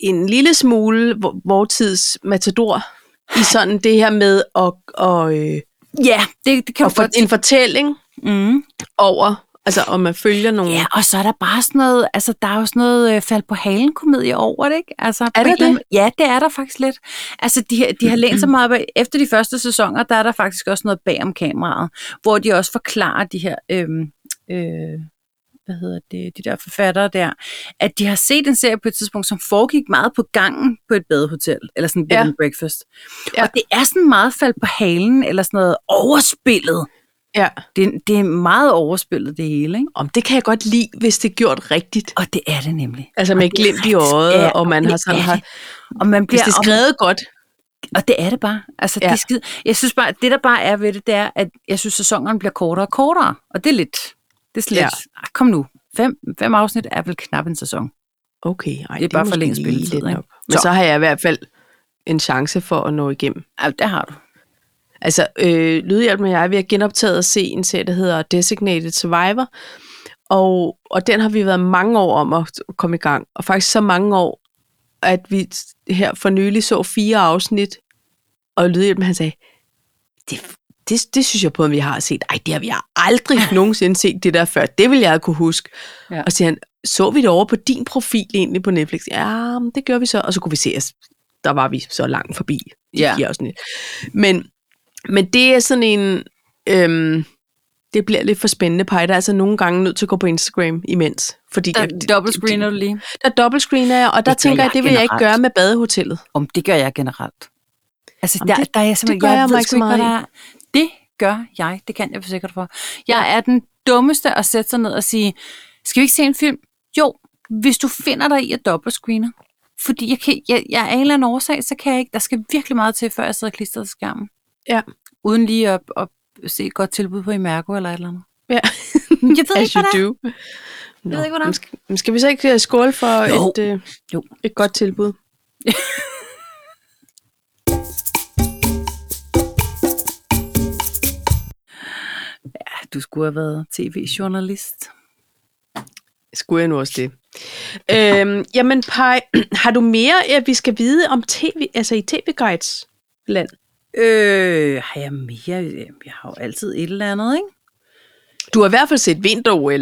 S1: en lille smule vor- vortids matador i sådan det her med at, og, øh,
S2: Ja, det, det kan
S1: at
S2: du
S1: for,
S2: godt
S1: en fortælling
S2: Mm.
S1: over, altså om man følger nogen.
S2: Ja, og så er der bare sådan noget, altså der er jo sådan noget øh, fald på halen komedie over det, ikke? Altså, på
S1: der
S2: en eller
S1: det?
S2: anden- Ja, det er der faktisk lidt. Altså, de, har- de har lænt så meget op, ad- efter de første sæsoner, der er der faktisk også noget bag om kameraet, hvor de også forklarer de her, øhm, øh, hvad hedder det, de der forfattere der, at de har set en serie på et tidspunkt, som foregik meget på gangen på et badehotel, eller sådan en bed
S1: Ja.
S2: and breakfast.
S1: Ja.
S2: Og det er sådan meget fald på halen, eller sådan noget overspillet.
S1: ja.
S2: Det, det er meget overspillet, det hele, ikke?
S1: Om det kan jeg godt lide, hvis det er gjort rigtigt.
S2: Og det er det nemlig.
S1: Altså med glimt i øjet, ja, og man har sådan har,
S2: og man
S1: hvis
S2: bliver,
S1: det er
S2: og,
S1: skrevet godt.
S2: og det er det bare. Altså, ja.
S1: Ja.
S2: det er skide. Jeg synes bare, det der bare er ved det, det er, at jeg synes, sæsonerne bliver kortere og kortere. Og det er lidt, det er slet, ja.
S1: Ja.
S2: kom nu. Fem, fem afsnit er vel knap en sæson.
S1: Okay, ej,
S2: Det er bare
S1: måske
S2: forlænget
S1: lige
S2: spilletid,
S1: lidt
S2: ikke?
S1: nok. Men
S2: Så.
S1: så. så har jeg i hvert fald en chance for at nå igennem.
S2: Ja, det har du.
S1: Altså, øh, Lydhjælp med jeg, vi har genoptaget at se en serie, der hedder Designated Survivor, og, og den har vi været mange år om at komme i gang, og faktisk så mange år, at vi her for nylig så fire afsnit, og Lydhjælp med, han sagde, det, det, det synes jeg på, at vi har set. Ej, det har vi aldrig nogensinde set det der før. Det vil jeg kunne huske.
S2: Ja.
S1: Ja. Og så siger han, så vi det over på din profil egentlig på Netflix? Ja, men det gør vi så. Og så kunne vi se, at der var vi så langt forbi de
S2: Ja.
S1: ja. fire afsnit. Men, men det er sådan en... Øhm, det bliver lidt for spændende, Paj. Der er altså nogle gange nødt til at gå på Instagram imens. Fordi
S2: Der,
S1: jeg-
S2: double screen er du lige.
S1: der dobbeltscreener jeg, og der
S2: Det gør
S1: tænker jeg,
S2: jeg
S1: det vil jeg ikke
S2: generelt.
S1: gøre med badehotellet.
S2: Om det gør jeg generelt. Altså,
S1: Jamen,
S2: der,
S1: det-
S2: der er jeg simpelthen,
S1: det gør
S2: jeg,
S1: jeg
S2: ved
S1: mig ikke
S2: sgu
S1: så
S2: hvad
S1: meget
S2: der er. Det gør jeg, det kan jeg forsikre dig for. Jeg er den dummeste at sætte sig ned og sige, skal vi ikke se en film? Jo, hvis du finder dig i at dobbeltscreener. Fordi jeg, kan, jeg, jeg er af en eller anden årsag, så kan jeg ikke. Der skal virkelig meget til, før jeg sidder klistret til skærmen.
S1: Ja.
S2: Uden lige at, at se et godt tilbud på Imerco eller et eller andet.
S1: Ja.
S2: Men Jeg ved
S1: As
S2: ikke, hvad
S1: you
S2: det er.
S1: do. Nå,
S2: ved ikke, hvordan.
S1: men skal, men skal vi så ikke øh, skåle for
S2: Jo.
S1: et, øh,
S2: Jo.
S1: et godt tilbud?
S2: Ja, du skulle have været tv-journalist.
S1: Skulle jeg nu også det? Øhm, jamen, Paj, har du mere, at vi skal vide om tv, altså i tv-guides land?
S2: Øh, har jeg mere? Jeg har jo altid et eller andet, ikke?
S1: Du har i hvert fald set vinter-OL.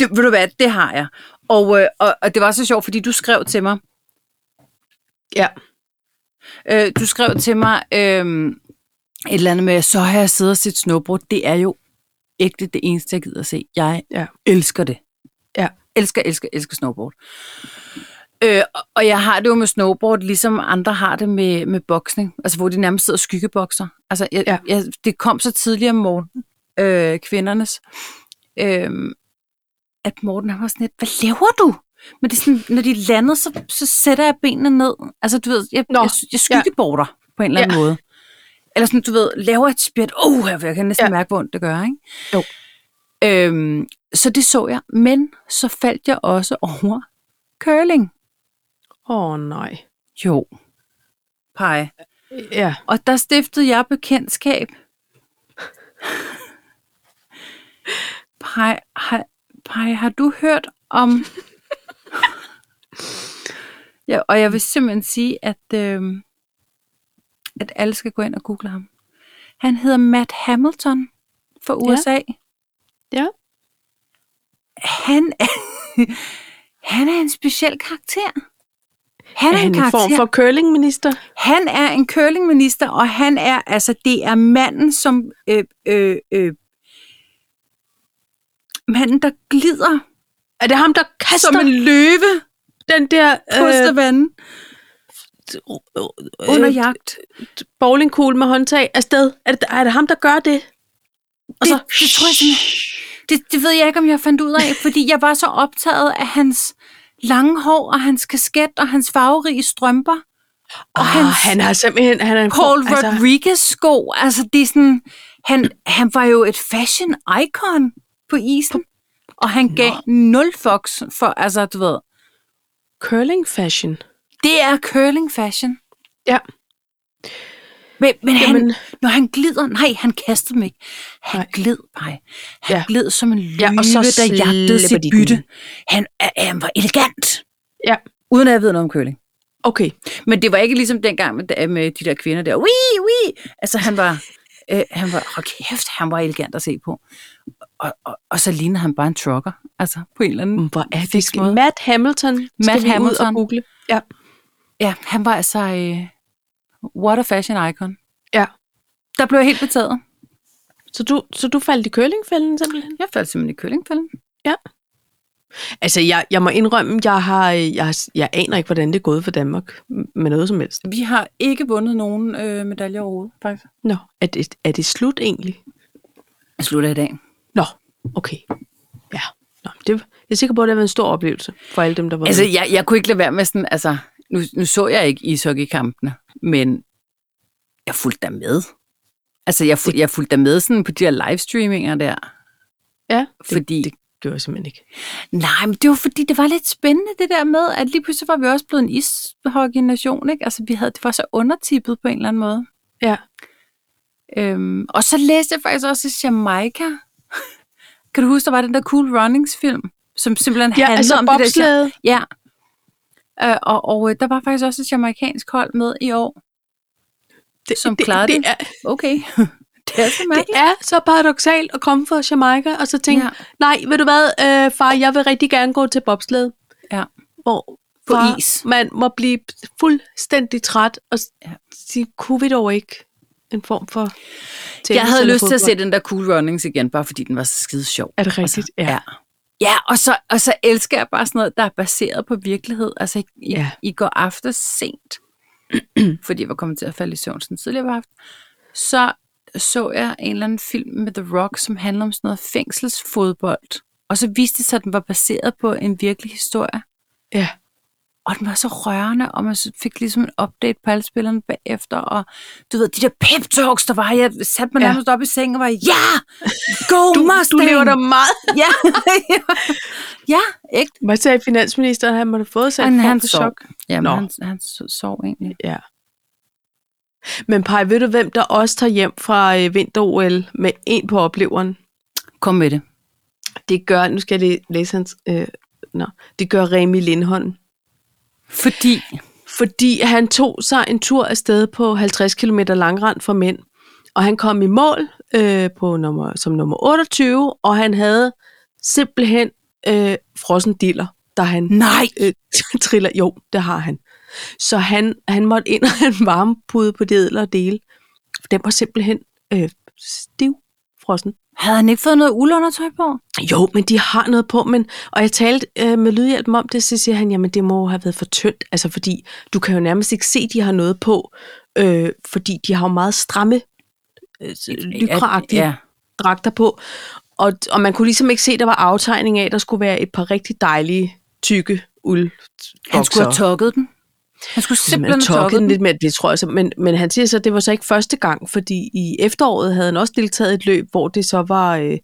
S2: Det, ved du hvad, det har jeg. Og, øh, og, og det var så sjovt, fordi du skrev til mig,
S1: Ja.
S2: øh, du skrev til mig øh, et eller andet med, så har jeg siddet og set snowboard. Det er jo ægte det eneste, jeg gider at se. Jeg
S1: Ja.
S2: elsker det.
S1: Ja.
S2: Elsker, elsker, elsker snowboard. Øh, og- og jeg har det jo med snowboard, ligesom andre har det med, med boksning. Altså, hvor de nærmest sidder og skyggebokser. Altså, jeg, ja.
S1: Ja.
S2: jeg, det kom så tidligere om morgenen, øh, kvindernes, øh, at Morten han var sådan lidt, hvad laver du? Men det er sådan, når de landede, så, så sætter jeg benene ned. Altså, du ved, jeg,
S1: Nå,
S2: jeg, jeg skyggeborder på en eller anden ja. måde. Eller sådan, du ved, laver et spjæt. Oh, jeg kan næsten ja.
S1: Ja.
S2: mærke, hvor ondt det gør, ikke?
S1: Jo.
S2: Øhm, så det så jeg. Men så faldt jeg også over curling.
S1: Åh, oh, nej.
S2: Jo. Pej.
S1: Ja.
S2: Og der stiftede jeg bekendtskab. Pej, har, Pej, har du hørt om... ja, og jeg vil simpelthen sige, at, øh, at alle skal gå ind og google ham. Han hedder Matt Hamilton fra
S1: Ja.
S2: USA.
S1: Ja.
S2: Han er, han er en speciel karakter. Han
S1: Er
S2: er,
S1: han
S2: en
S1: en
S2: karakter.
S1: form for curlingminister?
S2: Han er en curlingminister, og han er, altså, det er manden, som, øh, øh, øh, manden, der glider
S1: Er det ham, der kaster
S2: Som en
S1: løve? Den der
S2: på øh, savannen
S1: øh,
S2: under jagt.
S1: bowlingkugle med håndtag afsted. Er det, er det ham, der gør det?
S2: Det, det, tror jeg simpelthen, det, det ved jeg ikke, om jeg fandt ud af, fordi jeg var så optaget af hans lange hår, og hans kasket, og hans farverige strømper, og
S1: Og
S2: ah,
S1: han,
S2: hans
S1: han har simpelthen... Han er en form-
S2: Paul altså, Rodriguez-sko. Altså, det er sådan, han, han var jo et fashion icon på isen, og han gav nul fox for, altså, du ved,
S1: curling fashion.
S2: det er curling fashion.
S1: Ja.
S2: Men, men han,
S1: Jamen.
S2: når han glider, nej, han kaster mig ikke. Han nej.
S1: Nej.
S2: gled bare. Han ja.
S1: Ja.
S2: gled som en løve,
S1: Ja,
S2: ja,
S1: og så
S2: der jagtede
S1: slipper
S2: sit
S1: de
S2: bytte.
S1: den.
S2: Han, er- han var elegant.
S1: Ja.
S2: Uden at jeg ved noget om køling.
S1: Okay.
S2: Men det var ikke ligesom dengang med, med de der kvinder der. Wii, wii. Altså han var, øh, han var, hold kæft, han var elegant at se på. Og, og, og så lignede han bare en trucker. Altså på en eller anden.
S1: Hvor er
S2: Fik
S1: det
S2: måde.
S1: skidt? Matt Hamilton Matt skal
S2: Matt
S1: vi Hamilton. ud
S2: Hamilton.
S1: og google. Ja.
S2: Ja, han var altså, øh, what a fashion icon.
S1: ja.
S2: Der blev jeg helt betaget.
S1: Så, du, så du faldt i curlingfælden simpelthen?
S2: Jeg faldt simpelthen i køllingfælden.
S1: Altså, jeg, jeg må indrømme, jeg, har, øh, jeg, har- jeg aner ikke, hvordan det er gået for Danmark med noget som helst.
S2: Vi har ikke vundet nogen øh, medaljer overhovedet, faktisk.
S1: Nå, er det, er det slut egentlig?
S2: Jeg slutter i dag.
S1: Nå, okay. Ja, Nå, det, jeg er sikker på, at det har været en stor oplevelse for alle dem, der var
S2: Altså,
S1: med.
S2: jeg, jeg kunne ikke lade være med sådan, altså, nu, nu så jeg ikke ishockeykampene, men jeg fulgte der med. Altså, jeg, ful, jeg fulgte der med sådan på de her livestreaminger der.
S1: Ja, det,
S2: fordi-
S1: det gjorde jeg simpelthen ikke.
S2: Nej, men det var fordi, det var lidt spændende det der med, at lige pludselig var vi også blevet en ishockey-nation, ikke? Altså, vi havde, det var så undertippet på en eller anden måde.
S1: Ja,
S2: Øhm, og så læste jeg faktisk også i Jamaica. kan du huske, der var den der Cool Runnings-film, som simpelthen
S1: ja
S2: handler
S1: altså
S2: om det der...
S1: bobslæde.
S2: Ja. Øh, og, og øh, der var faktisk også et jamaikansk hold med i år.
S1: Det,
S2: som klarede
S1: det,
S2: det.
S1: er,
S2: Okay. det er så
S1: det er så paradoxalt at komme fra Jamaica og så tænke,
S2: Ja.
S1: ja. nej, ved du hvad, øh, far, jeg vil rigtig gerne gå til bobslæde.
S2: Ja.
S1: Hvor
S2: På
S1: far,
S2: is.
S1: man må blive fuldstændig træt og s-
S2: Ja.
S1: sige, kunne vi dog ikke en form for tennis
S2: Jeg havde
S1: eller
S2: lyst til at
S1: fodbold?"
S2: se den der Cool Runnings igen, bare fordi den var så skide sjov.
S1: Er det rigtigt?
S2: Altså, ja. Ja, og så, og så elsker jeg bare sådan noget, der er baseret på virkelighed. Altså, I, ja.
S1: Ja.
S2: I går aftes sent, fordi jeg var kommet til at falde i søvn sådan tidligere på aften, så så jeg en eller anden film med The Rock, som handler om sådan noget fængselsfodbold. Og så viste det sig, at den var baseret på en virkelig historie.
S1: ja.
S2: Og den var så rørende, og man fik ligesom en update på alle spillerne bagefter, og du ved, de der pep talks, der var, jeg satte mig ja.
S1: Ja.
S2: nærmest op i sengen og var, ja, go
S1: Du, du
S2: Mustang!
S1: lever der meget.
S2: Ja, ja ægte.
S1: Hvad sagde finansministeren? Han måtte have fået sig en
S2: Han,
S1: form
S2: han
S1: for
S2: sov.
S1: chok.
S2: Jamen,
S1: Nå.
S2: han, han so- sov egentlig.
S1: Ja. Men Paj, ved du, hvem der også tager hjem fra øh, vinter-OL med en på opleveren?
S2: Kom med det.
S1: Det gør, nu skal jeg lige læse hans, øh, nå, det gør Remi Lindholm.
S2: Fordi,
S1: Fordi han tog sig en tur afsted på 50 km langrand for mænd. Og han kom i mål øh, på nummer, som nummer 28, og han havde simpelthen øh, frossen diller, da han
S2: nej,
S1: øh, triller. Jo, det har han. Så han, han måtte ind og have en varmepude på de ædlere dele. Den var simpelthen øh, stiv frossen.
S2: havde han ikke fået noget uldundertøj på?
S1: Jo, men de har noget på, men, og jeg talte øh, med lydhjælpen om det, så siger han, jamen det må jo have været for tyndt, altså fordi du kan jo nærmest ikke se, de har noget på, øh, fordi de har jo meget stramme, øh, lykreagtige
S2: Ja,
S1: dragter på, og, og man kunne ligesom ikke se, der var aftegning af, at der skulle være et par rigtig dejlige, tykke uld.
S2: han skulle have tokket den. Han skulle simpelthen
S1: Simpelthen
S2: have tokket
S1: tokket
S2: den.
S1: lidt mere, det tror jeg så. Men, men han siger så, at det var så ikke første gang, fordi i efteråret havde han også deltaget i et løb, hvor det så var øh,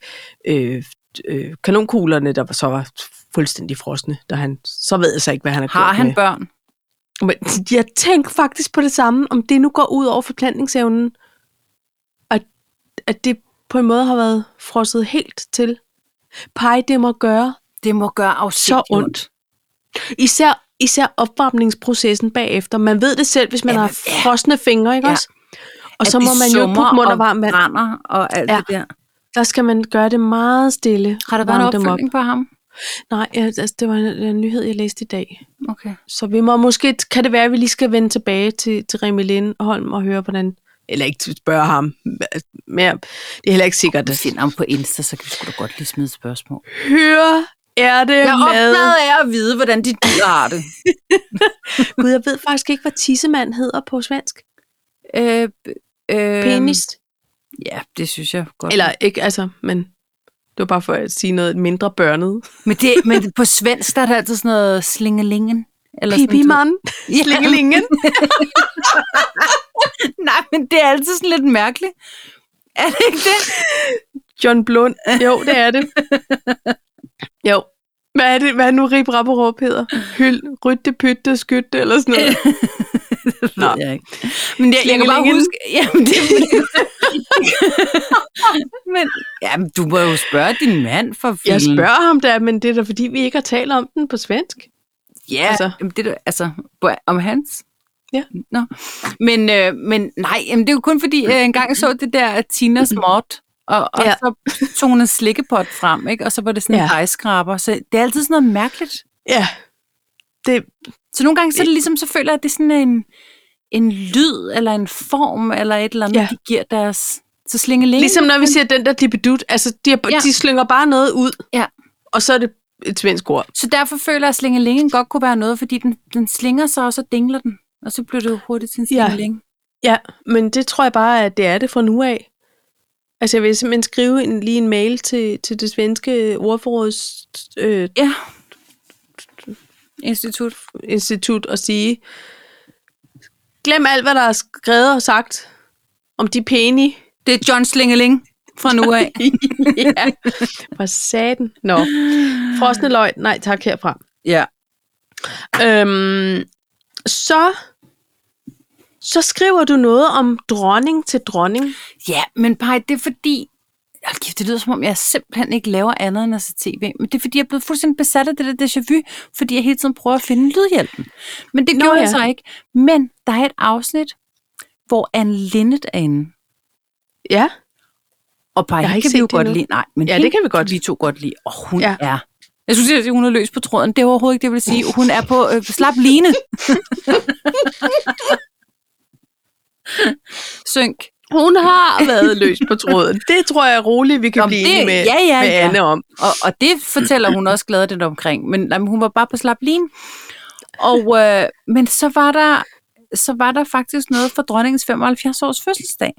S1: øh, øh, kanonkuglerne, der var- så var fuldstændig frosne, da han, så ved jeg så ikke, hvad han har,
S2: Har
S1: gjort
S2: han
S1: med.
S2: børn?
S1: Men jeg tænkte faktisk på det samme, om det nu går ud over forplantningsevnen, at, at det på en måde har været frosset helt til. Pej, det må gøre
S2: Det må gøre afsindigt
S1: Så ondt. Især, især opvarmningsprocessen bagefter. Man ved det selv, hvis man
S2: Ja,
S1: ja, har
S2: men- ja.
S1: frosne fingre, ikke
S2: Ja.
S1: ja. også? Og
S2: At
S1: så
S2: det
S1: må man jo
S2: summer
S1: putte mund
S2: og
S1: og varmt vand.
S2: brænder og alt
S1: Ja.
S2: det der.
S1: Der skal man gøre det meget stille.
S2: Har der været
S1: Varme
S2: en
S1: dem
S2: opfølgning på ham?
S1: op. Nej, ja, altså, det var en, en nyhed, jeg læste i dag.
S2: Okay.
S1: Så vi må måske, kan det være, at vi lige skal vende tilbage til, til Remi Lindholm og høre, hvordan... Eller ikke spørge ham. Men jeg- det er heller ikke sikkert.
S2: Vi
S1: at-
S2: finder ham på Insta, så kan vi sgu da godt lige smide et spørgsmål.
S1: Høre er det
S2: Jeg er
S1: med...
S2: optaget af at vide, hvordan de dyr har det.
S1: Gud, jeg ved faktisk ikke, hvad tissemand hedder på svensk.
S2: øh, øh,
S1: Penis.
S2: Ja, det synes jeg godt.
S1: Eller ikke, altså, men det var bare for at sige noget mindre børnet.
S2: Men, det, men på svensk, der er der altid sådan noget slingelingen. Eller sådan, du-
S1: Pipimand.
S2: Ja.
S1: Slingelingen.
S2: Nej, men det er altid sådan lidt mærkeligt. Er det ikke det?
S1: John Blund. Jo, det er det. Jo. Hvad er det, hvad er nu Rip Rapperup hedder? Hyld, rytte, pytte, skytte eller sådan noget.
S2: det
S1: Nå.
S2: ved jeg ikke. Men jeg, jeg kan bare
S1: Klingelingen.
S2: huske... Jamen, det, men, jamen, du må jo spørge din mand for filen.
S1: Jeg spørger ham da, men det er da fordi, vi ikke har talt om den på svensk.
S2: Ja,
S1: altså.
S2: altså. Jamen, det, er da- altså, hvor- om hans?
S1: Ja.
S2: Nå. Men, øh, men nej, jamen, det er jo kun fordi, jeg engang så det der Tinas mod, og, og
S1: Mm-hmm. Ja.
S2: ja. så tog hun en slikkepot frem, ikke? og så var det sådan ja.
S1: Ja.
S2: en pejskraber. Så det er altid sådan noget mærkeligt.
S1: Ja. Det,
S2: Så nogle gange, så er det ligesom, så føler jeg, at det er sådan en, en lyd, eller en form, eller et eller andet,
S1: Ja.
S2: ja. de giver deres... Så slinge længe.
S1: ligesom når vi siger den der dibidut, altså de, har, ja.
S2: Ja.
S1: de slynger bare noget ud,
S2: Ja.
S1: og så er det et svensk ord.
S2: Så derfor føler jeg, at slingelingen godt kunne være noget, fordi den, den slinger sig, og så dingler den. Og så bliver det jo hurtigt til en
S1: Ja.
S2: slingeling.
S1: Ja, men det tror jeg bare, at det er det fra nu af. Altså jeg vil simpelthen skrive en, lige en mail til, til det svenske ordforråds øh,
S2: Ja. Institut.
S1: institut og sige, glem alt, hvad der er skrevet og sagt om de penge.
S2: Det er John Slingeling fra nu af.
S1: ja, for satan. Nå, frosne løg, nej tak herfra.
S2: ja.
S1: Øhm, så, så skriver du noget om dronning til dronning.
S2: ja, men Paj, det er fordi... Hold kæft, det lyder som om, jeg simpelthen ikke laver andet end at se tv. Men det er fordi, jeg er blevet fuldstændig besat af det der déjà vu, fordi jeg hele tiden prøver at finde lydhjælpen. Men det
S1: Nå,
S2: Nå, gjorde
S1: ja.
S2: ja. jeg så ikke. Men der er et afsnit, hvor Anne Linnet er inde.
S1: Ja,
S2: Og Paj,
S1: Jeg har
S2: hende
S1: ikke
S2: kan vi
S1: set
S2: jo
S1: det
S2: godt
S1: endnu.
S2: lide. Nej, men
S1: Ja, det
S2: hende
S1: kan vi godt.
S2: Vi to godt lide. Og hun
S1: Ja.
S2: ja. er... Jeg synes, at hun er løs på tråden. Det er overhovedet ikke det, jeg vil sige. Hun er på øh, slap line. Synk.
S1: hun har været løs på tråden. Det tror jeg roligt, vi kan
S2: Nå,
S1: blive
S2: det-
S1: enige med,
S2: ja, ja,
S1: med
S2: ja.
S1: Anne om.
S2: Og, og det fortæller hun også gladeligt omkring. Men jamen, hun var bare på slap line. Og, øh, men så var, der, så var der faktisk noget for dronningens 75-års fødselsdag.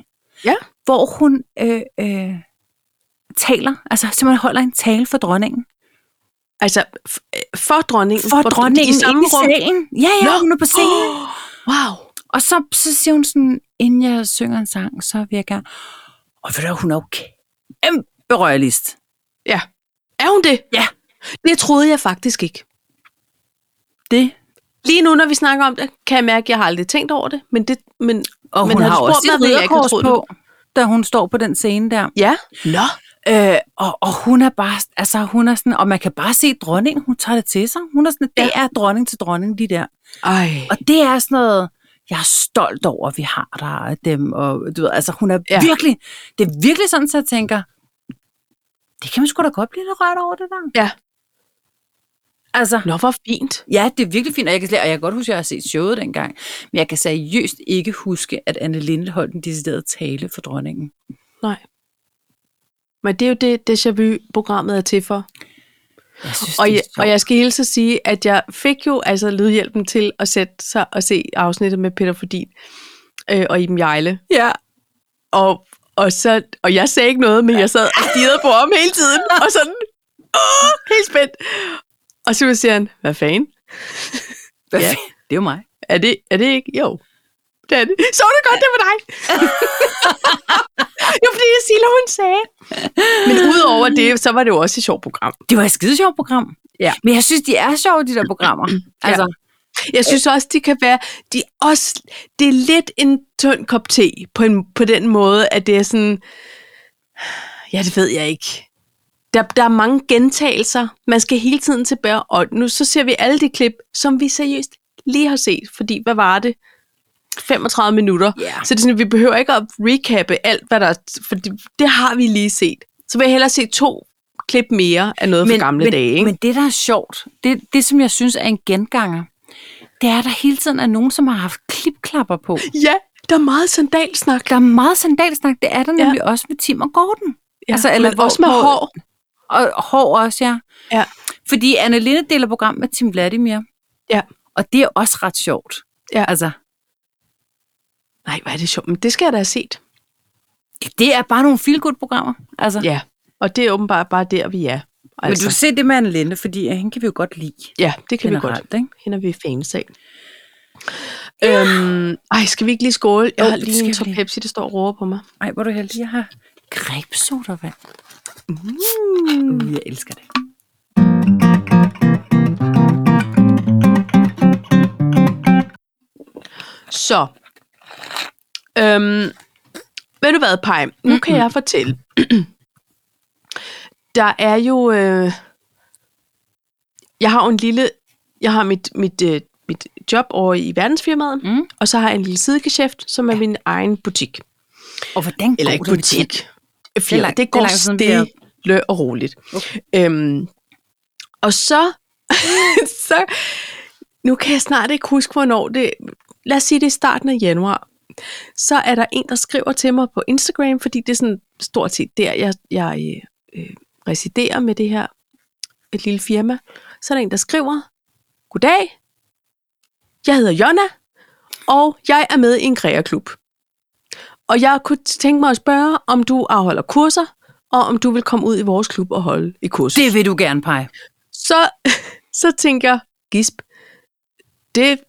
S1: Ja.
S2: Hvor hun øh, øh, taler, altså simpelthen holder en tale for dronningen.
S1: Altså, f- øh, for dronningen.
S2: For dronningen
S1: i samme
S2: inde
S1: rum.
S2: salen. Ja, ja,
S1: Nå.
S2: hun er på scenen.
S1: Oh, wow.
S2: Og så, så siger hun sådan, inden jeg synger en sang, så vil jeg gerne... Og ved du, hvad, hun er jo kæmpe royalist.
S1: Ja. Er hun det?
S2: Ja.
S1: Det troede jeg faktisk ikke.
S2: Det.
S1: Lige nu, når vi snakker om det, kan jeg mærke, at jeg har aldrig tænkt over det. Men, det, men
S2: Og
S1: Men
S2: hun
S1: har
S2: har
S1: du
S2: også
S1: spurgt mig,
S2: sit
S1: ved jeg ikke,
S2: ridderkors
S1: tror du?
S2: på, da hun står på den scene der.
S1: ja. Nå.
S2: Øh, og, og hun er bare, altså hun er sådan, og man kan bare se dronningen, hun tager det til sig. Hun er sådan, det er dronning til dronning, de der.
S1: Ej.
S2: Og det er sådan noget, jeg er stolt over, at vi har der af dem. Og, du ved, altså, hun er
S1: Ja.
S2: ja. virkelig, det er virkelig sådan, så jeg tænker, det kan man sgu da godt blive lidt rørt over, det der.
S1: Ja.
S2: Altså,
S1: Nå, hvor fint.
S2: ja, det er virkelig fint, og jeg kan, slet- og jeg kan godt huske, at jeg har set showet dengang, men jeg kan seriøst ikke huske, at Anne Linde holdt en decideret tale for dronningen.
S1: Nej. Men det er jo det, déjà vu-programmet er til for.
S2: Jeg synes,
S1: Og
S2: det er
S1: jeg,
S2: sjovt.
S1: og jeg skal hilse at sige, at jeg fik jo altså lydhjælpen til at sætte sig og se afsnittet med Peter Fordin øh, og Iben Jejle.
S2: ja.
S1: Og, og, så, og jeg sagde ikke noget, men jeg sad og stirrede på ham hele tiden. Og sådan, åh, helt spændt. Og så siger han, hvad fanden?
S2: Hvad
S1: Ja.
S2: fanden? Det er jo mig.
S1: Er det, er det ikke? Jo. Det er det. Så var det godt, det var dig. jo, fordi jeg siger, hun sagde. Men udover det, så var det jo også et sjovt program.
S2: Det var et skide sjovt program.
S1: Ja.
S2: Men jeg synes, de er sjove, de der programmer. Altså,
S1: Jeg synes også, de kan være, de er også, det er lidt en tynd kop te, på, en, på den måde, at det er sådan, ja, det ved jeg ikke. Der, der er mange gentagelser, man skal hele tiden tilbage, og nu så ser vi alle de klip, som vi seriøst lige har set, fordi hvad var det? 35 minutter.
S2: Ja.
S1: Så det er sådan, vi behøver ikke at recappe alt, hvad der er, for det, det har vi lige set. Så vil jeg hellere se to klip mere af noget fra gamle
S2: men,
S1: dage. Ikke?
S2: Men det, der er sjovt, det, det som jeg synes er en genganger, det er, at der hele tiden er nogen, som har haft klipklapper på.
S1: ja, der er meget sandalsnak.
S2: Der er meget sandalsnak, det er der
S1: Ja.
S2: nemlig også med Tim og Gordon.
S1: Ja, altså,
S2: Altså,
S1: eller
S2: eller
S1: men
S2: hvor-
S1: også med
S2: hvor-
S1: hår.
S2: Og hår også, ja.
S1: Ja.
S2: Fordi Anne Linde deler program med Tim Vladimir.
S1: Ja.
S2: Og det er også ret sjovt.
S1: Ja.
S2: Altså,
S1: Nej, hvor er det sjovt. Men det skal jeg da have set.
S2: det er bare nogle feel programmer Altså.
S1: Ja. Og det er åbenbart bare der, vi er. Altså,
S2: Men du ser det med Anne Linde, fordi øh, hende kan vi jo godt lide.
S1: ja, det kan vi godt.
S2: Generelt, ikke?
S1: Hende er vi fans af. Ja. Øhm, ej, skal vi ikke lige skåle? Jeg
S2: Jo,
S1: har
S2: det
S1: lige en
S2: skal
S1: top
S2: vi lige.
S1: Pepsi, der står og råber på mig.
S2: Ej, hvor er du heldig. Jeg har grebsodavand.
S1: Mm.
S2: Uh, jeg elsker det.
S1: Så. Øhm, ved du hvad, Paj? Nu kan jeg fortælle. Der er jo... Øh, jeg har jo en lille... Jeg har mit, mit, øh, mit job over i verdensfirmaet,
S2: Mm.
S1: og så har jeg en lille sidegeschæft, som er min egen butik.
S2: Og hvordan
S1: Eller
S2: går
S1: ikke
S2: det med det?
S1: butik. Det,
S2: lang-
S1: lang,
S2: det er
S1: det går
S2: lang tid siden, vi har-
S1: stille og roligt.
S2: Okay.
S1: Okay. Øhm, og så, så, nu kan jeg snart ikke huske, hvornår det, lad os sige det er i starten af januar, så er der en, der skriver til mig på Instagram, fordi det er sådan stort set der, jeg, jeg øh, øh, residerer med det her et lille firma. Så er der en, der skriver, Goddag, jeg hedder Jonna, og jeg er med i en kreaklub. Og jeg kunne tænke mig at spørge, om du afholder kurser, og om du vil komme ud i vores klub og holde i kursus.
S2: Det vil du gerne pege.
S1: Så, så tænker jeg, gisp, det,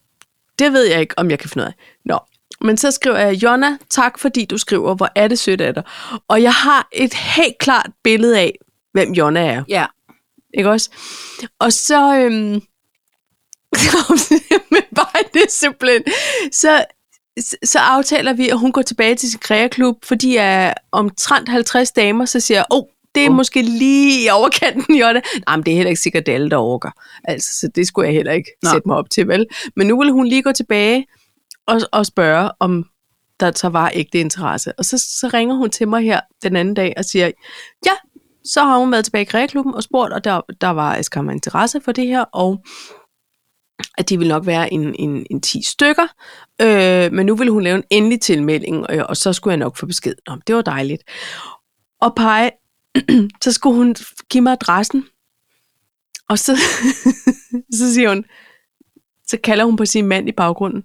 S1: det ved jeg ikke, om jeg kan finde ud af. Nå, men så skriver jeg, Jonna, tak fordi du skriver, hvor er det sødt af dig. Og jeg har et helt klart billede af, hvem Jonna er.
S2: Ja.
S1: Ikke også? Og så... Øhm, men bare det simpelthen. Så, så aftaler vi, at hun går tilbage til sin kreaklub, fordi jeg er omtrent 50 damer, så siger jeg, åh, oh, det er
S2: Åh.
S1: oh. måske lige i overkanten, Jonna. Nej, men det er heller ikke sikkert, det er alle, der overgår. Altså, så det skulle jeg heller ikke
S2: Nå.
S1: Nå. sætte mig op til, vel? Men nu vil hun lige gå tilbage og, og spørge, om der så var ægte interesse. Og så, så ringer hun til mig her den anden dag og siger, ja, så har hun været tilbage i kreaklubben og spurgt, og der, der var skam interesse for det her, og at de ville nok være en, en, en 10 stykker, øh, men nu ville hun lave en endelig tilmelding, øh, og så skulle jeg nok få besked. Nå, det var dejligt. Og pege, så skulle hun give mig adressen, og så, så siger hun, så kalder hun på sin mand i baggrunden,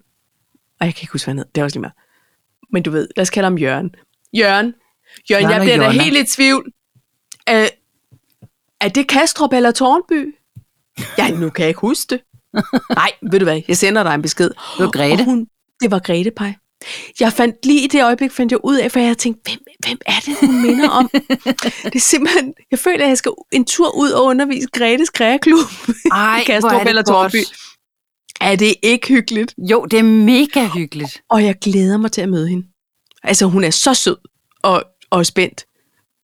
S1: og jeg kan ikke huske, hvad han hedder, det er også lige meget. Men du ved, lad os kalde ham Jørgen. Jørgen, Jørgen,
S2: Jørgen
S1: jeg
S2: og
S1: bliver da
S2: Jonna.
S1: helt i tvivl. Øh, er det Kastrup eller Tornby? Ja, nu kan jeg ikke huske det. Nej, ved du hvad, jeg sender dig en besked.
S2: Det var Grete.
S1: Og hun, det var Grete, Paj. Jeg fandt lige i det øjeblik, fandt jeg ud af, for jeg havde tænkt, hvem, hvem er det, hun minder om? det er simpelthen, jeg føler, at jeg skal en tur ud og undervise Gretes krægerklub
S2: Ej,
S1: i Kastrup eller Torby. Er det ikke hyggeligt?
S2: Jo, det er mega hyggeligt.
S1: Og jeg glæder mig til at møde hende. Altså, hun er så sød og, og spændt.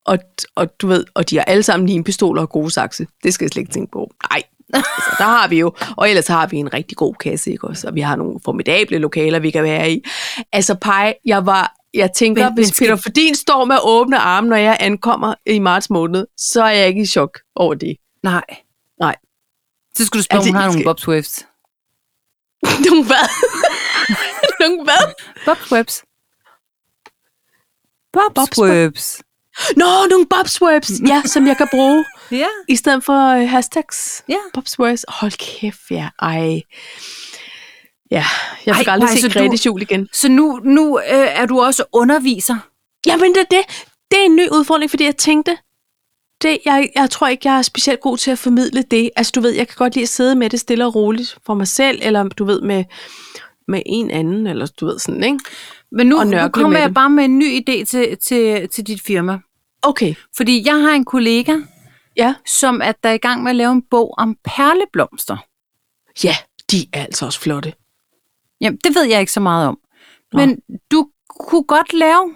S1: Og, og du ved, og de har alle sammen limpistoler og gode sakse. Det skal jeg slet ikke tænke på. Nej, altså, der har vi jo. Og ellers har vi en rigtig god kasse, ikke også? Og vi har nogle formidable lokaler, vi kan være i. Altså, Pej, jeg var... Jeg tænker,
S2: Men-
S1: men, hvis
S2: men skal-
S1: Peter Fordin står med åbne arme, når jeg ankommer i marts måned, så er jeg ikke i chok over det.
S2: Nej.
S1: Nej.
S2: Så skulle du spørge, om
S1: Altså,
S2: hun har
S1: jeg
S2: nogle
S1: skal-
S2: bobswebs.
S1: Nogle hvad? Nogle hvad?
S2: Bobswebs.
S1: Bobswebs.
S2: Bobswebs.
S1: Nå, nogle bobswebs, ja, som jeg kan bruge.
S2: Ja.
S1: I stedet for øh, hashtags.
S2: Ja.
S1: Bobswords. Hold kæft, ja. Ej. Ja, jeg fik
S2: Ej,
S1: aldrig
S2: Paj,
S1: set
S2: så du-
S1: Grete Jul igen.
S2: Så nu, nu øh, er du også underviser.
S1: Jamen, det, er det, det er en ny udfordring, fordi jeg tænkte, det, jeg, jeg tror ikke, jeg er specielt god til at formidle det. Altså, du ved, jeg kan godt lide at sidde med det stille og roligt for mig selv, eller du ved, med, med en anden, eller du ved sådan, ikke?
S2: Men nu,
S1: Og
S2: nu
S1: nørkle
S2: kommer
S1: med
S2: jeg
S1: det.
S2: bare med en ny idé til, til, til dit firma.
S1: Okay,
S2: Fordi jeg har en kollega,
S1: ja.
S2: som er der er i gang med at lave en bog om perleblomster.
S1: Ja, de er altså også flotte.
S2: Jamen, det ved jeg ikke så meget om.
S1: Nå.
S2: Men du kunne godt lave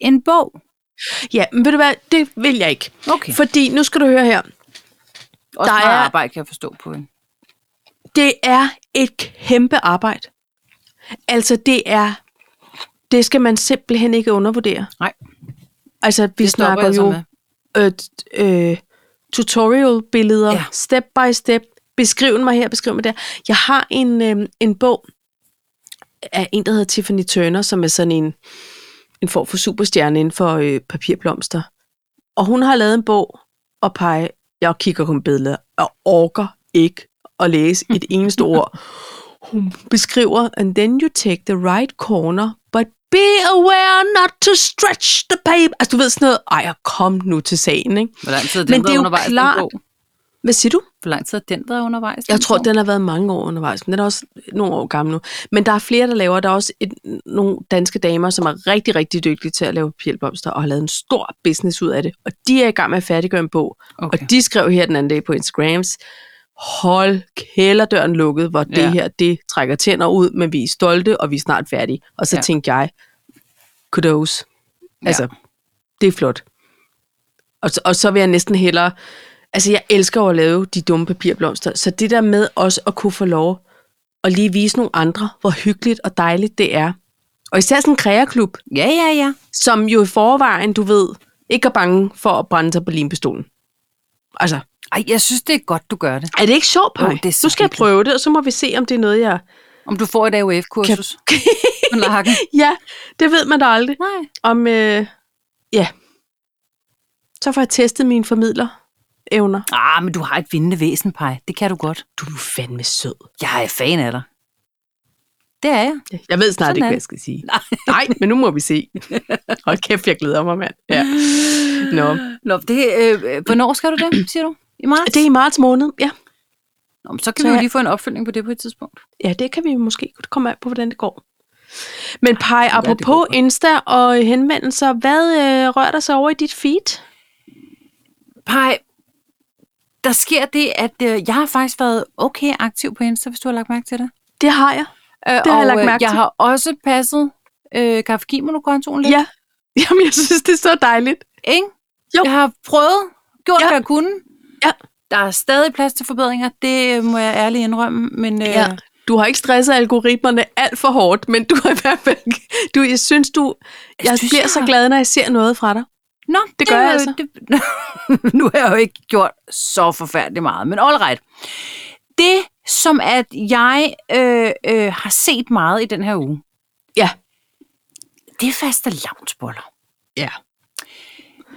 S2: en bog.
S1: Ja, men ved du hvad, det vil jeg ikke.
S2: Okay.
S1: Fordi, nu skal du høre her,
S2: Også
S1: der
S2: der meget
S1: er-
S2: arbejde, kan jeg forstå på hende.
S1: det er et kæmpe arbejde. Altså, det er... Det skal man simpelthen ikke undervurdere.
S2: Nej.
S1: Altså, vi
S2: Det
S1: det
S2: stopper
S1: snakker
S2: jeg så
S1: jo
S2: med.
S1: øh, t- øh, tutorial-billeder,
S2: Ja.
S1: ja. step by step. Beskriv mig her, beskriv mig der. Jeg har en, øh, en bog af en, der hedder Tiffany Turner, som er sådan en, en form for superstjerne inden for øh, papirblomster. Og hun har lavet en bog og pege. Jeg kigger på billeder og orker ikke at læse et eneste ord. Hun beskriver, and then you take the right corner, but be aware not to stretch the paper. Altså, du ved sådan noget, ej, kom nu til sagen, ikke?
S2: Hvor lang tid har
S1: Men
S2: den
S1: det er
S2: været
S1: jo
S2: undervejs,
S1: klart-
S2: den bog?
S1: Hvad siger du?
S2: Hvor lang tid har den været undervejs?
S1: Jeg tror,
S2: bog?
S1: den har været mange år undervejs, men den er også nogle år gammel nu. Men der er flere, der laver. Der er også et, nogle danske damer, som er rigtig, rigtig dygtige til at lave papirblomster og har lavet en stor business ud af det. Og de er i gang med at færdiggøre en bog.
S2: Okay.
S1: Og de skrev her den anden dag på Instagrams, hold kælderdøren lukket, hvor det
S2: Ja.
S1: her, det trækker tænder ud, men vi er stolte, og vi er snart færdige. Og så
S2: Ja.
S1: ja. tænkte jeg, kudos.
S2: Ja.
S1: Altså, det er flot. Og, så- og så vil jeg næsten hellere... Altså, jeg elsker jo at lave de dumme papirblomster, så det der med også at kunne få lov at lige vise nogle andre, hvor hyggeligt og dejligt det er. Og især sådan en kreaklub,
S2: Ja, ja, ja.
S1: som jo i forvejen, du ved, ikke er bange for at brænde sig på limpistolen. Altså,
S2: Ej, jeg synes, det er godt, du gør det.
S1: er det ikke sjovt, Paj?
S2: Jo, det er så
S1: nu skal jeg
S2: hyggeligt.
S1: prøve det, og så må vi se, om det er noget, jeg...
S2: Om du får et AUF-kursus. Kan... Lakken.
S1: Ja, det ved man da aldrig.
S2: Nej.
S1: Om, øh, ja. Så får jeg testet mine formidlerevner.
S2: Ah, men du har et vindende væsen, Paj. Det kan du godt.
S1: Du er nu fandme sød.
S2: Jeg er fan af dig. Det er jeg.
S1: Jeg ved snart Sådan
S2: Sådan
S1: ikke,
S2: er
S1: hvad
S2: det.
S1: jeg skal sige.
S2: Nej.
S1: Nej, men nu må vi se. Hold kæft, jeg glæder mig, mand. Ja. Nå.
S2: Nå, det, øh, øh, hvornår skal du det, siger du? I marts?
S1: Det er i marts måned, ja.
S2: Nå, men så kan
S1: Så
S2: vi jo
S1: jeg-
S2: lige få en opfølgning på det på et tidspunkt.
S1: Ja, det kan vi jo måske kunne komme af på, hvordan det går. Men Paj,
S2: det
S1: apropos
S2: går godt.
S1: Insta og henvendelser, hvad øh, rører der sig over i dit feed?
S2: Pej, der sker det, at øh, jeg har faktisk været okay aktiv på Insta, hvis du har lagt mærke til det.
S1: Det har jeg.
S2: Øh, det
S1: har jeg lagt mærke
S2: jeg
S1: til.
S2: har også passet øh, kaffegimolo-kontoen lidt.
S1: Ja. Jamen, jeg synes, det er så dejligt.
S2: Ikke?
S1: Jo.
S2: Jeg har prøvet, gjort
S1: Ja.
S2: ja. hvad jeg kunne.
S1: Ja.
S2: Der er stadig plads til forbedringer, det øh, må jeg ærligt indrømme, men øh,
S1: Ja. Du har ikke stresset algoritmerne alt for hårdt, men du har i hvert fald... Du, jeg synes, du... Jeg, jeg
S2: synes,
S1: bliver
S2: jeg
S1: så
S2: har-
S1: glad, når jeg ser noget fra dig.
S2: Nå, det,
S1: gør
S2: er
S1: jeg
S2: jo-
S1: altså.
S2: Det, nu har jeg jo ikke gjort så forfærdeligt meget, men all right. Det, som at jeg øh, øh, har set meget i den her uge,
S1: Ja.
S2: det er faste lavnsboller.
S1: Ja.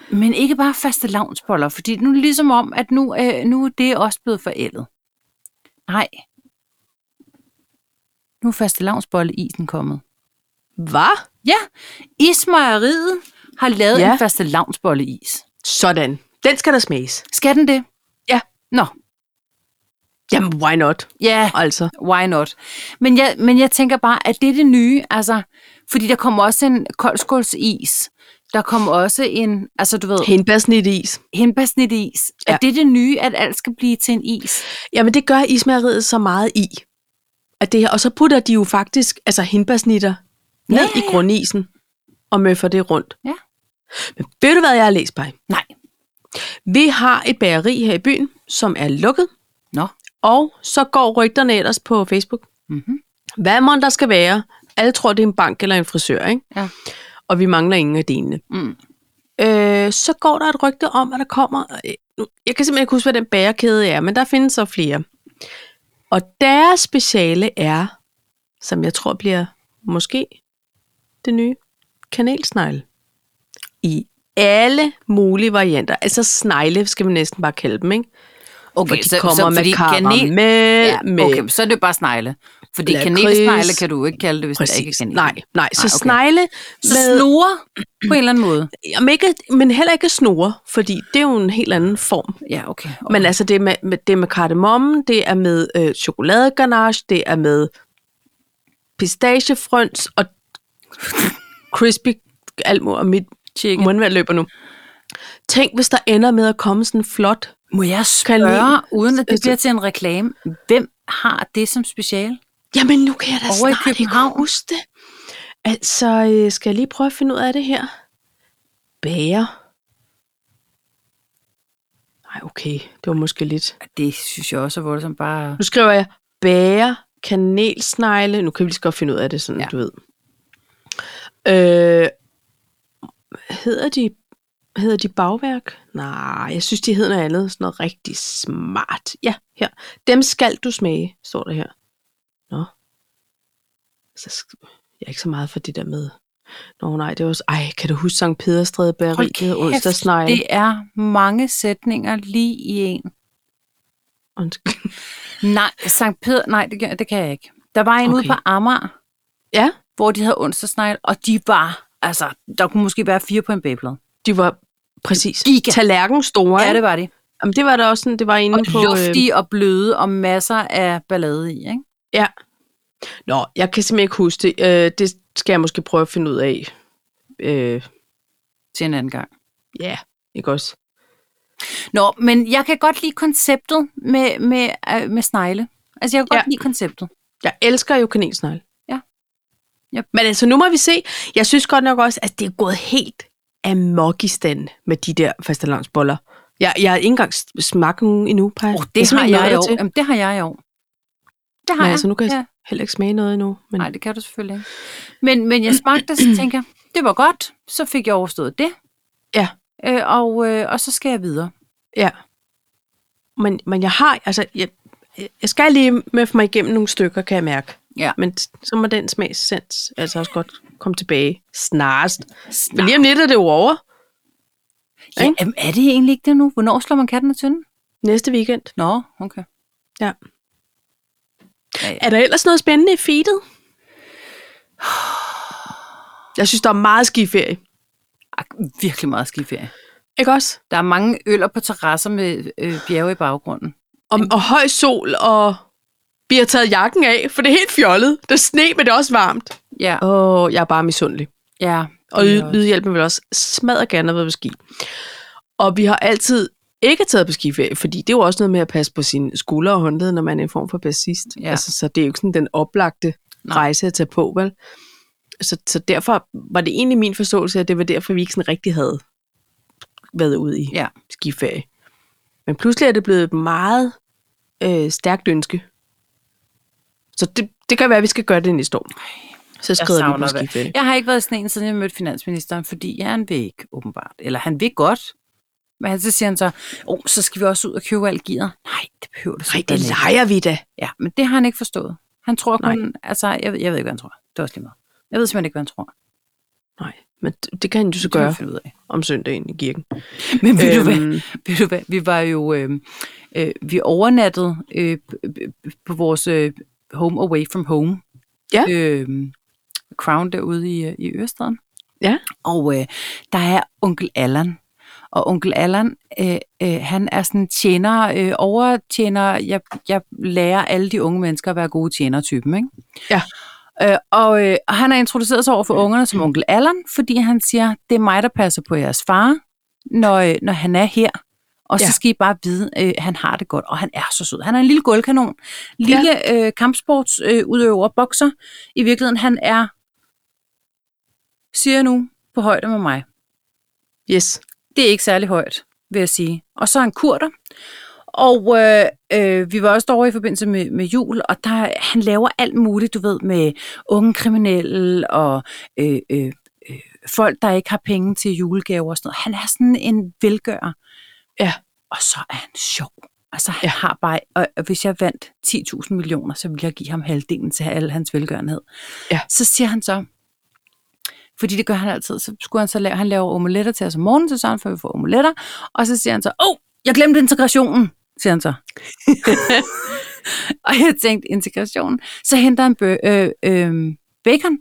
S2: Men ikke bare faste lavnsboller, fordi nu er det ligesom om, at nu, øh, nu er det også blevet forældet. Nej. Nu er faste isen kommet.
S1: Hvad?
S2: Ja, ismejeriet har lavet
S1: Ja.
S2: ja. en faste is.
S1: Sådan. Den skal der smages.
S2: Skal den det?
S1: Ja.
S2: Nå,
S1: Jamen, why not?
S2: ja,
S1: Altså.
S2: why not? Men jeg, men jeg tænker bare, at det er det nye, altså, fordi der kommer også en koldskålsis, der kommer også en, altså du ved,
S1: Hindbærsnit is.
S2: henbærsnit is. Ja.
S1: Ja.
S2: Er det det nye, at alt skal blive til en is?
S1: Jamen, det gør ismejeriet så meget i. At det her, og så putter de jo faktisk altså hindbærsnitter
S2: Ja,
S1: ned
S2: ja,
S1: i grundisen og møffer det rundt.
S2: Ja.
S1: Men ved du, hvad jeg har læst på?
S2: Nej.
S1: Vi har et bageri her i byen, som er lukket,
S2: Nå.
S1: og så går rygterne ellers på Facebook.
S2: Mm-hmm.
S1: Hvad må der skal være? Alle tror, det er en bank eller en frisør, ikke?
S2: Ja.
S1: og vi mangler ingen af delene.
S2: Mm.
S1: Øh, så går der et rygte om, at der kommer... øh, nu- Jeg kan simpelthen ikke huske, hvad den bærekæde er, men der findes så flere. Og deres speciale er, som jeg tror bliver måske det nye, kanelsnegle. I alle mulige varianter. Altså snegle skal man næsten bare kalde dem, ikke?
S2: Okay,
S1: Hvor de kommer med karamel,
S2: ja,
S1: Øh, med
S2: okay, så er det jo bare snegle. Fordi
S1: Lakrids.
S2: kanelsnegle kan du jo ikke kalde det, hvis det ikke er
S1: Præcis.
S2: kanel.
S1: Nej, nej. Så
S2: Nej, okay.
S1: snegle
S2: Så
S1: med...
S2: snore på en eller anden måde.
S1: Jamen ikke, men heller ikke snore, fordi det er jo en helt anden form.
S2: Ja, okay. okay.
S1: Men altså, det er med, med, det er med kardemommen, det er med øh, chokoladeganache, det er med pistachefrøns og crispy alt mu- og mit
S2: Chicken.
S1: mundvand løber nu. Tænk, hvis der ender med at komme sådan en flot...
S2: Må jeg
S1: Kanin.
S2: spørge, uden at det
S1: Altså-
S2: bliver til en reklame, hvem har det som special?
S1: Jamen, nu kan jeg da
S2: Over i
S1: snart
S2: København.
S1: ikke huske det. Altså, øh, skal jeg lige prøve at finde ud af det her? Bager. Nej, okay. Det var måske lidt...
S2: Det synes jeg også er voldsomt bare...
S1: Nu skriver jeg bære, kanelsnegle. Nu kan vi lige så godt finde ud af det, sådan
S2: Ja.
S1: ja. du ved. Øh, hedder de hedder de bagværk? Nej, jeg synes, de hedder noget andet. Sådan noget rigtig smart. Ja, her. Dem skal du smage, står der her. Nå. Så sk- jeg er ikke så meget for det der med. Nå nej, det var også... Ej, kan du huske Sankt Pederstræde Bæreri? Det hedder onsdagsnegle.
S2: det er mange sætninger lige i en.
S1: Undskyld.
S2: Nej, Sankt Peder, nej, det, gør- det kan jeg ikke. Der var en okay. ude
S1: Okay.
S2: på Amager,
S1: Ja,
S2: hvor de havde onsdagsnegl, og de var, altså, der kunne måske være fire på en bagplade.
S1: de var præcis.
S2: Giga.
S1: Tallerken store.
S2: Ja, det var de.
S1: Jamen, det var da også sådan, det var inde
S2: Og
S1: på... øhm,
S2: luftige og bløde og masser af ballade i, ikke?
S1: ja. øh, Nå, jeg kan simpelthen ikke huske det. Øh, det skal jeg måske prøve at finde ud af. Øh,
S2: Til en anden gang.
S1: ja, ikke også?
S2: Nå, men jeg kan godt lide konceptet med, med, øh, med snegle. Altså, jeg kan godt
S1: Ja.
S2: ja. lide konceptet.
S1: Jeg elsker jo kanelsnegle.
S2: Ja.
S1: Yep.
S2: Yep.
S1: Men altså, nu må vi se. Jeg synes godt nok også, at det er gået helt amok i stand med de der fastelavnsboller. Jeg, jeg har ikke engang s- smagt nogen endnu, Paj.
S2: Oh,
S1: Jeg
S2: det, har
S1: simpelthen
S2: jeg
S1: nået
S2: jo.
S1: dertil.
S2: Jamen, det har jeg jo. Det har
S1: Men
S2: jeg.
S1: altså, nu kan jeg
S2: ja.
S1: heller ikke smage noget endnu. Men
S2: Nej, det kan du selvfølgelig ikke. Men, men jeg smagte, og så tænker jeg, det var godt. Så fik jeg overstået det.
S1: Ja.
S2: Øh, og, øh, og så skal jeg videre.
S1: Ja. Men, men jeg har, altså, jeg, jeg skal lige med mig igennem nogle stykker, kan jeg mærke.
S2: Ja.
S1: Men s- så må den smagssens altså også godt komme tilbage snarest. Men lige om lidt er det jo over.
S2: Ja, jamen, er det egentlig ikke det nu? Hvornår slår man katten af tynden?
S1: Næste weekend.
S2: Nå, okay.
S1: Ja.
S2: Ja, ja.
S1: Er der ellers noget spændende i feedet? Jeg synes, der er meget skiferie.
S2: Ak, virkelig meget skiferie.
S1: Ikke også?
S2: Der er mange øller på terrasser med øh, bjerge i baggrunden.
S1: Og, og høj sol, og vi har taget jakken af, for det er helt fjollet. Det er sne, men det er også varmt.
S2: Ja,
S1: Åh, jeg er bare misundelig.
S2: ja.
S1: Og
S2: det er
S1: lyd- lydhjælpen vil også smadre gerne have været på ski. Og vi har altid ikke taget på skiferie, fordi det er jo også noget med at passe på sine skuldre og håndled, når man er en form for bassist.
S2: Ja.
S1: Altså, så det er jo ikke sådan den oplagte
S2: Nej.
S1: rejse at tage på, vel? Så, så derfor var det egentlig min forståelse, at det var derfor, vi ikke sådan rigtig havde været ude i
S2: Ja.
S1: skiferie. Men pludselig er det blevet et meget øh, stærkt ønske. Så det, det kan være, at vi skal gøre det næste år. Så skrider vi på
S2: det.
S1: skiferie.
S2: Jeg har ikke været i sneen, siden jeg mødte finansministeren, fordi han vil ikke, åbenbart. Eller han vil godt. Men han- så siger han så, oh, så skal vi også ud og købe alt gear. Nej, det behøver du
S1: Nej, det
S2: simpelthen ikke.
S1: leger vi da.
S2: Ja, men det har han ikke forstået. Han tror
S1: Nej.
S2: kun, altså, jeg, ved- jeg ved ikke, hvad han tror. Det er også lige meget. Jeg ved simpelthen ikke, hvad han tror.
S1: Nej, men det, det kan du så
S2: Det kan vi
S1: gøre
S2: finde ud af.
S1: om søndagen i kirken.
S2: Men ved, du hvad,
S1: Øhm,
S2: ved du hvad, vi var jo, øh, øh, vi overnattede øh, p- p- på vores øh, home away from home.
S1: Ja.
S2: Øh, Crown derude i, øh, i Ørestaden.
S1: Ja.
S2: Og øh, der er onkel Allan. Og onkel Allan, øh, øh, han er sådan tjener, øh, overtjener, jeg, jeg lærer alle de unge mennesker at være gode tjener-typen, ikke?
S1: Ja.
S2: Øh, og, øh, og han har introduceret sig over for ungerne som onkel Allan, fordi han siger, det er mig, der passer på jeres far, når, øh, når han er her. Og så
S1: Ja.
S2: ja. skal I bare vide, øh, han har det godt, og han er så sød. Han er en lille gulvkanon, lille ja. øh, kampsportsudøver, øh, udøver, bokser. I virkeligheden, han er, siger jeg nu, på højde med mig.
S1: Yes.
S2: Det er ikke særlig højt, vil jeg sige. Og så er han kurder. Og øh, øh, vi var også derovre i forbindelse med, med jul, og der, han laver alt muligt, du ved, med unge kriminelle og øh, øh, øh, folk, der ikke har penge til julegaver og sådan noget. Han er sådan en velgører.
S1: Ja.
S2: Og så er han sjov. Altså, han
S1: Ja.
S2: ja. har bare, og og hvis jeg vandt 10.000 millioner, så ville jeg give ham halvdelen til al hans velgørenhed.
S1: Ja.
S2: Så siger han så, fordi det gør han altid, så skulle han så lave, han laver omeletter til os om morgenen, så sørger han for, at vi får omeletter, og så siger han så, åh, oh, jeg glemte integrationen, siger han så. og jeg tænkte, integrationen. Så henter han bø- øh, øh, bacon,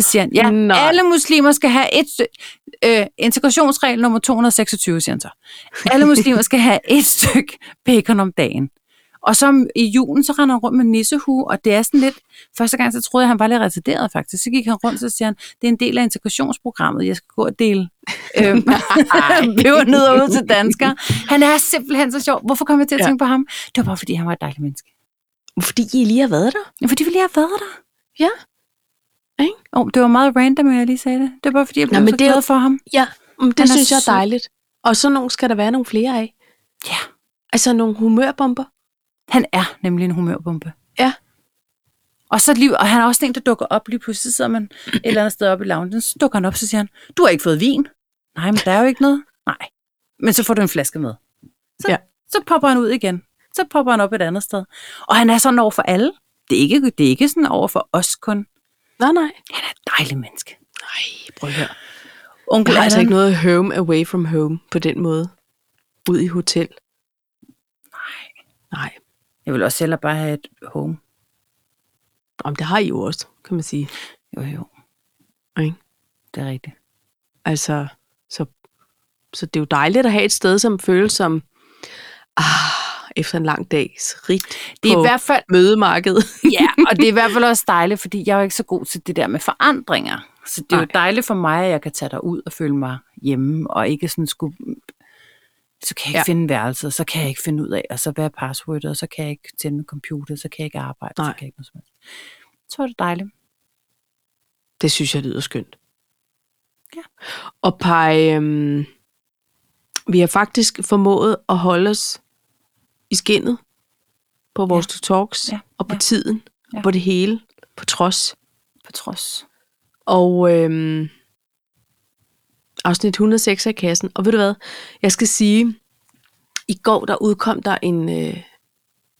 S2: så siger han, ja,
S1: Nej.
S2: Nej. alle muslimer skal have et, sty- øh, integrationsregel nummer 226, siger han så. Alle muslimer skal have et stykke bacon om dagen. Og så i julen, så render han rundt med en nissehue, og det er sådan lidt, første gang, så troede jeg, han var lidt retarderet faktisk. Så gik han rundt, så siger han, det er en del af integrationsprogrammet, jeg skal gå og dele øhm, pebernødder ud til danskere. Han er simpelthen så sjov. Hvorfor kom jeg til at
S1: Ja.
S2: ja. tænke på ham? Det var bare, fordi han var et dejligt menneske.
S1: Fordi I lige har været der.
S2: Men fordi vi lige har været der.
S1: Ja. Ikke?
S2: Oh, det var meget random, at jeg lige sagde det. Det var bare, fordi jeg blev
S1: men
S2: Nå, så
S1: det er jo-
S2: glad for ham.
S1: Ja, men det
S2: Han er
S1: synes jeg er
S2: sød.
S1: dejligt. Og sådan nogle skal der være nogle flere af.
S2: Ja.
S1: Altså nogle humørbomber.
S2: Han er nemlig en humørbombe.
S1: Ja.
S2: Og, så lige, og han er også sådan en, der dukker op lige pludselig. Så sidder man et eller andet sted op i loungen, så dukker han op, så siger han, du har ikke fået vin. Nej, men der er jo ikke noget. Nej. Men så får du en flaske med. Så,
S1: Ja.
S2: så popper han ud igen. Så popper han op et andet sted. Og han er sådan over for alle. Det er ikke, det er ikke sådan over for os kun.
S1: Nej, nej.
S2: Han er et dejligt menneske.
S1: Nej, prøv at høre.
S2: Onkel
S1: Jeg har altså
S2: Allan-
S1: ikke noget home away from home på den måde. Ud i hotel. Nej. Nej.
S2: Jeg vil også hellere bare have et home.
S1: Om det har I jo også, kan man sige.
S2: Jo, jo.
S1: Ikke?
S2: Det er rigtigt.
S1: Altså, så, så det er jo dejligt at have et sted, som føles som, ah, efter en lang dags rigt
S2: Det er
S1: på
S2: i hvert fald,
S1: mødemarkedet.
S2: ja, og det er i hvert fald også dejligt, fordi jeg er jo ikke så god til det der med forandringer. Så det er jo
S1: Nej.
S2: dejligt for mig, at jeg kan tage dig ud og føle mig hjemme, og ikke sådan skulle så kan jeg ikke ja.
S1: Ja.
S2: finde værelset, så kan jeg ikke finde ud af, og så hvad er passwordet, og så kan jeg ikke tænde min computer, så kan jeg ikke arbejde, så
S1: Nej.
S2: kan jeg ikke noget som helst. Så er det dejligt.
S1: Det synes jeg lyder skønt.
S2: Ja.
S1: Og pege, øhm, vi har faktisk formået at holde os i skinnet på vores ja. talks
S2: Ja.
S1: ja. og på
S2: Ja.
S1: ja. tiden
S2: Ja.
S1: ja. og på det hele, på trods.
S2: På trods.
S1: Og øhm, afsnit 106 af kassen. Og ved du hvad, jeg skal sige, i går der udkom der en, øh,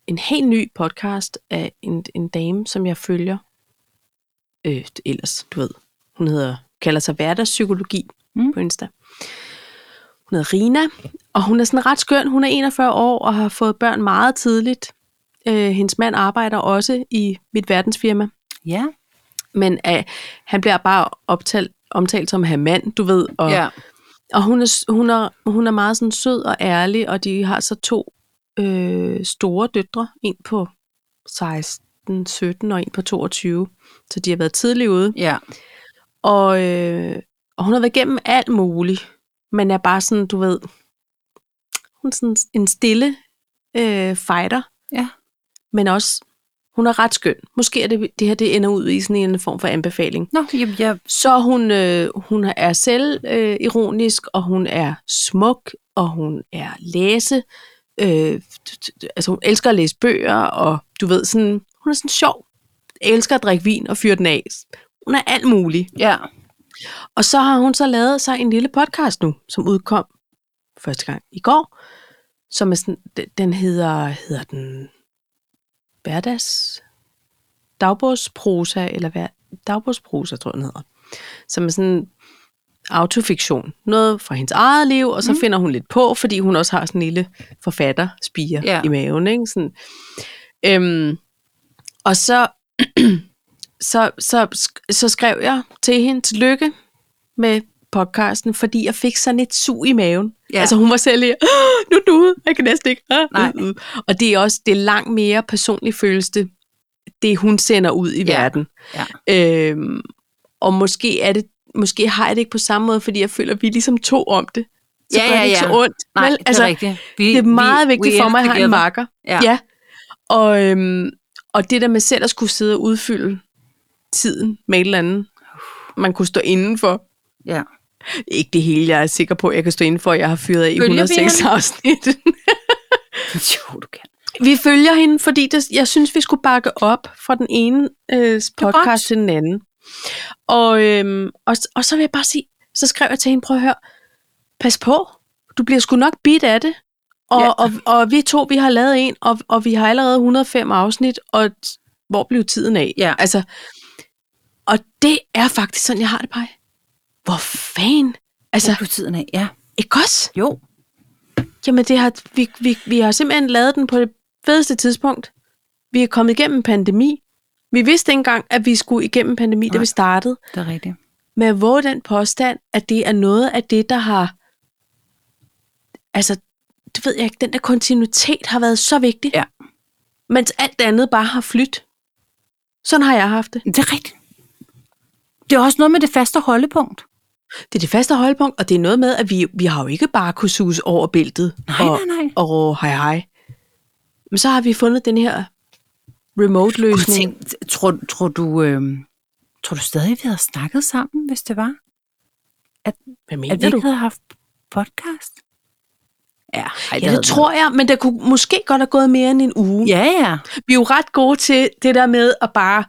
S1: en helt ny podcast af en, en dame, som jeg følger. Øh, ellers, du ved, hun hedder, kalder sig hverdagspsykologi
S2: Mm.
S1: mm. på Insta. Hun hedder Rina, og hun er sådan ret skøn. Hun er 41 år og har fået børn meget tidligt. Øh, hendes mand arbejder også i mit verdensfirma
S2: Ja.
S1: men øh, han bliver bare optalt, omtalt som her mand, du ved. Og,
S2: ja.
S1: og hun, er, s- hun, er, hun er meget sådan sød og ærlig, og de har så to øh, store døtre, en på 16, 17 og en på 22. Så de har været tidligt ude.
S2: Ja.
S1: Og, øh, og hun har været igennem alt muligt, men er bare sådan, du ved, hun er sådan en stille øh, fighter.
S2: Ja.
S1: Men også, hun er ret skøn. Måske er det, det her det ender ud i sådan en eller anden form for anbefaling.
S2: Nå, jamen, jeg,
S1: Så er hun, øh, hun er selv øh, ironisk, og hun er smuk, og hun er læse. Øh, t- t- altså hun elsker at læse bøger, og du ved, sådan, hun er sådan sjov. Elsker at drikke vin og fyre den af. Hun er alt muligt.
S2: ja.
S1: Og så har hun så lavet sig en lille podcast nu, som udkom første gang i går, som er sådan, den- den hedder, hedder den hverdags dagbogsprosa, eller hver, dagbogsprosa, tror jeg, den hedder, som er sådan autofiktion. Noget fra hendes eget liv, og så mm. finder hun lidt på, fordi hun også har sådan en lille forfatterspire
S2: Ja.
S1: ja. i maven. Ikke? Sådan. Øhm, og så, så, så, sk- så skrev jeg til hende, tillykke med podcasten, fordi jeg fik sådan et sug i maven.
S2: Ja.
S1: Ja. Altså hun var selv lige, "Ah, nu er du ude, jeg kan næsten ikke. Ah,
S2: Nej.
S1: Uh, uh. Og det er også, det er langt mere personligt føles det, det hun sender ud i
S2: Ja.
S1: verden.
S2: Ja.
S1: Øhm, og måske er det, måske har jeg det ikke på samme måde, fordi jeg føler, at vi er ligesom to om det. Så
S2: Ja,
S1: gør
S2: ja,
S1: det ikke
S2: ja.
S1: så ondt.
S2: Nej,
S1: vel?
S2: det er
S1: altså,
S2: rigtigt. Vi,
S1: det er meget
S2: vi-
S1: vi, vigtigt
S2: we
S1: for
S2: in
S1: mig at have en
S2: together.
S1: marker.
S2: Ja.
S1: ja. Og, øhm, og det der med selv at skulle sidde og udfylde tiden med et eller andet, man kunne stå indenfor.
S2: Ja.
S1: Ikke det hele, jeg er sikker på, jeg kan stå indenfor, jeg har fyret af i
S2: Følger vi
S1: 106
S2: hende?
S1: afsnit.
S2: Jo, du kan.
S1: Vi følger hende, fordi det, jeg synes, vi skulle bakke op fra den ene øh,
S2: godt.
S1: podcast til den anden. Og, øhm, og, og så vil jeg bare sige, så skrev jeg til hende, prøv at høre, pas på, du bliver sgu nok bit af det. Og,
S2: Ja.
S1: ja. og, og vi to, vi har lavet en, og, og vi har allerede 105 afsnit, og t- hvor blev tiden af?
S2: Ja.
S1: Altså, og det er faktisk sådan, jeg har det bare. Hvor fanden?
S2: Så
S1: Altså,
S2: på tiden af, ja.
S1: ikke også?
S2: Jo.
S1: Jamen, det har, vi, vi, vi har simpelthen lavet den på det fedeste tidspunkt. Vi er kommet igennem en pandemi. Vi vidste ikke engang, at vi skulle igennem en pandemi,
S2: Nej.
S1: da vi startede.
S2: Det er rigtigt.
S1: Men jeg våger den påstand, at det er noget af det, der har... Altså, det ved jeg ikke, den der kontinuitet har været så vigtig.
S2: Ja.
S1: Mens alt det andet bare har flyttet. Sådan har jeg haft det.
S2: Det er rigtigt. Det er også noget med det faste holdepunkt.
S1: Det er det faste holdepunkt, og det er noget med, at vi, vi har jo ikke bare kunne suse over bæltet
S2: Nej,
S1: og,
S2: nej, nej.
S1: og råbe hej hej. Men så har vi fundet den her remote-løsning.
S2: Tænk, tror, tror, du, øh, tror du stadig, vi havde snakket sammen, hvis det var?
S1: Hvad
S2: At vi
S1: mener
S2: ikke
S1: du?
S2: havde haft podcast? Ja, ej,
S1: Ja, det tror jeg, men der kunne måske godt have gået mere end en uge.
S2: Ja, ja.
S1: Vi er jo ret gode til det der med at bare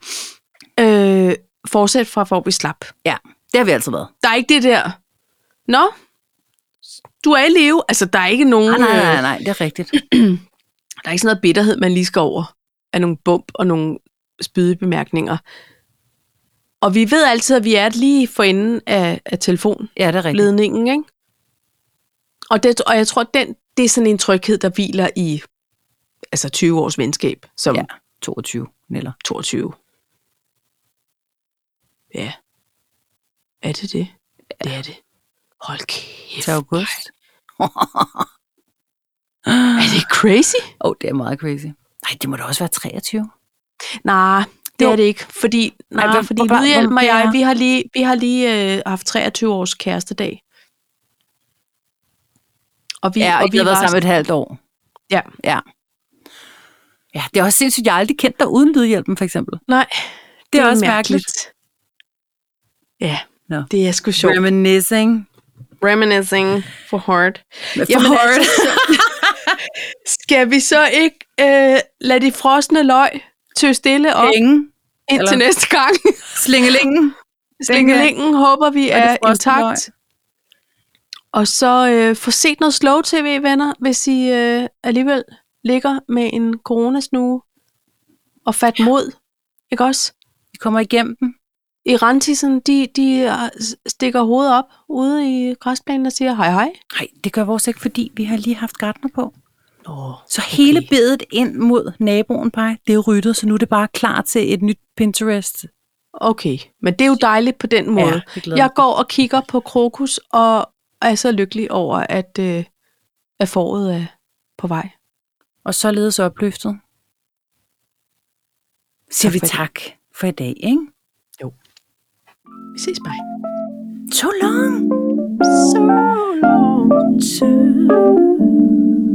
S1: øh, fortsætte fra, hvor vi slap.
S2: Ja, det har vi altid været.
S1: Der er ikke det der, nå, du er i live. Altså, der er ikke nogen...
S2: Nej, nej,
S1: øh,
S2: nej, nej, det er rigtigt.
S1: Der er ikke sådan noget bitterhed, man lige skal over af nogle bump og nogle spydebemærkninger. Og vi ved altid, at vi er lige for enden af, af telefonledningen,
S2: Ja, det er rigtigt.
S1: ikke? Og, det, og jeg tror, den, det er sådan en tryghed, der hviler i altså 20 års venskab, som
S2: Ja,
S1: ja.
S2: 22 eller
S1: 22. Ja. Er det det? Ja. Det er det. Hold kæft.
S2: til august.
S1: Er det crazy?
S2: Åh, oh, det er meget crazy. Nej, det må da også være 23.
S1: Nej, det
S2: Jo.
S1: jo. er det ikke. Fordi, nej,
S2: hvor-
S1: nej, fordi
S2: hvor- hvor-
S1: Hvidhjelm og
S2: hvor-
S1: jeg,
S2: ja.
S1: vi har lige, vi har lige øh, haft 23 års kærestedag. Og Og vi,
S2: Ja, og,
S1: og
S2: vi har været
S1: var
S2: sammen et halvt år.
S1: Ja.
S2: ja. Ja, det er også sindssygt. Jeg har aldrig kendt dig uden lydhjælpen, for eksempel. Det
S1: Nej,
S2: er, det er også mærkeligt.
S1: Ja,
S2: Nå.
S1: det er sgu sjovt.
S2: mærkeligt. Reminiscing.
S1: Reminiscing for hard.
S2: For
S1: Jamen, altså,
S2: hard.
S1: Skal vi så ikke øh, lade de frosne løg tø stille op
S2: Penge.
S1: indtil
S2: eller-
S1: næste gang?
S2: Slingelingen.
S1: Slingelingen håber vi
S2: Og det
S1: er
S2: frosne
S1: intakt. Og så øh, få set noget slow tv, venner, hvis I øh, alligevel ligger med en coronasnue og fat mod. Ikke også?
S2: Vi kommer igennem den.
S1: I Rantisen, de, de øh, s- stikker hovedet op ude i græsplænen og siger hej hej.
S2: Nej, det gør vores ikke, fordi vi har lige haft gartner på.
S1: Nå,
S2: Så hele bedet ind mod naboen, Paj, det er ryddet, så nu er det bare klar til et nyt Pinterest.
S1: Okay, men det er jo dejligt på den måde.
S2: det
S1: Ja,
S2: glæder
S1: jeg går og kigger på krokus og er så lykkelig over, at, øh, at foråret er på vej.
S2: og således opløftet. Siger
S1: Tak
S2: vi
S1: for i dag.
S2: tak for i dag, ikke?
S1: Vi ses bare.
S2: So long
S1: So long.
S2: to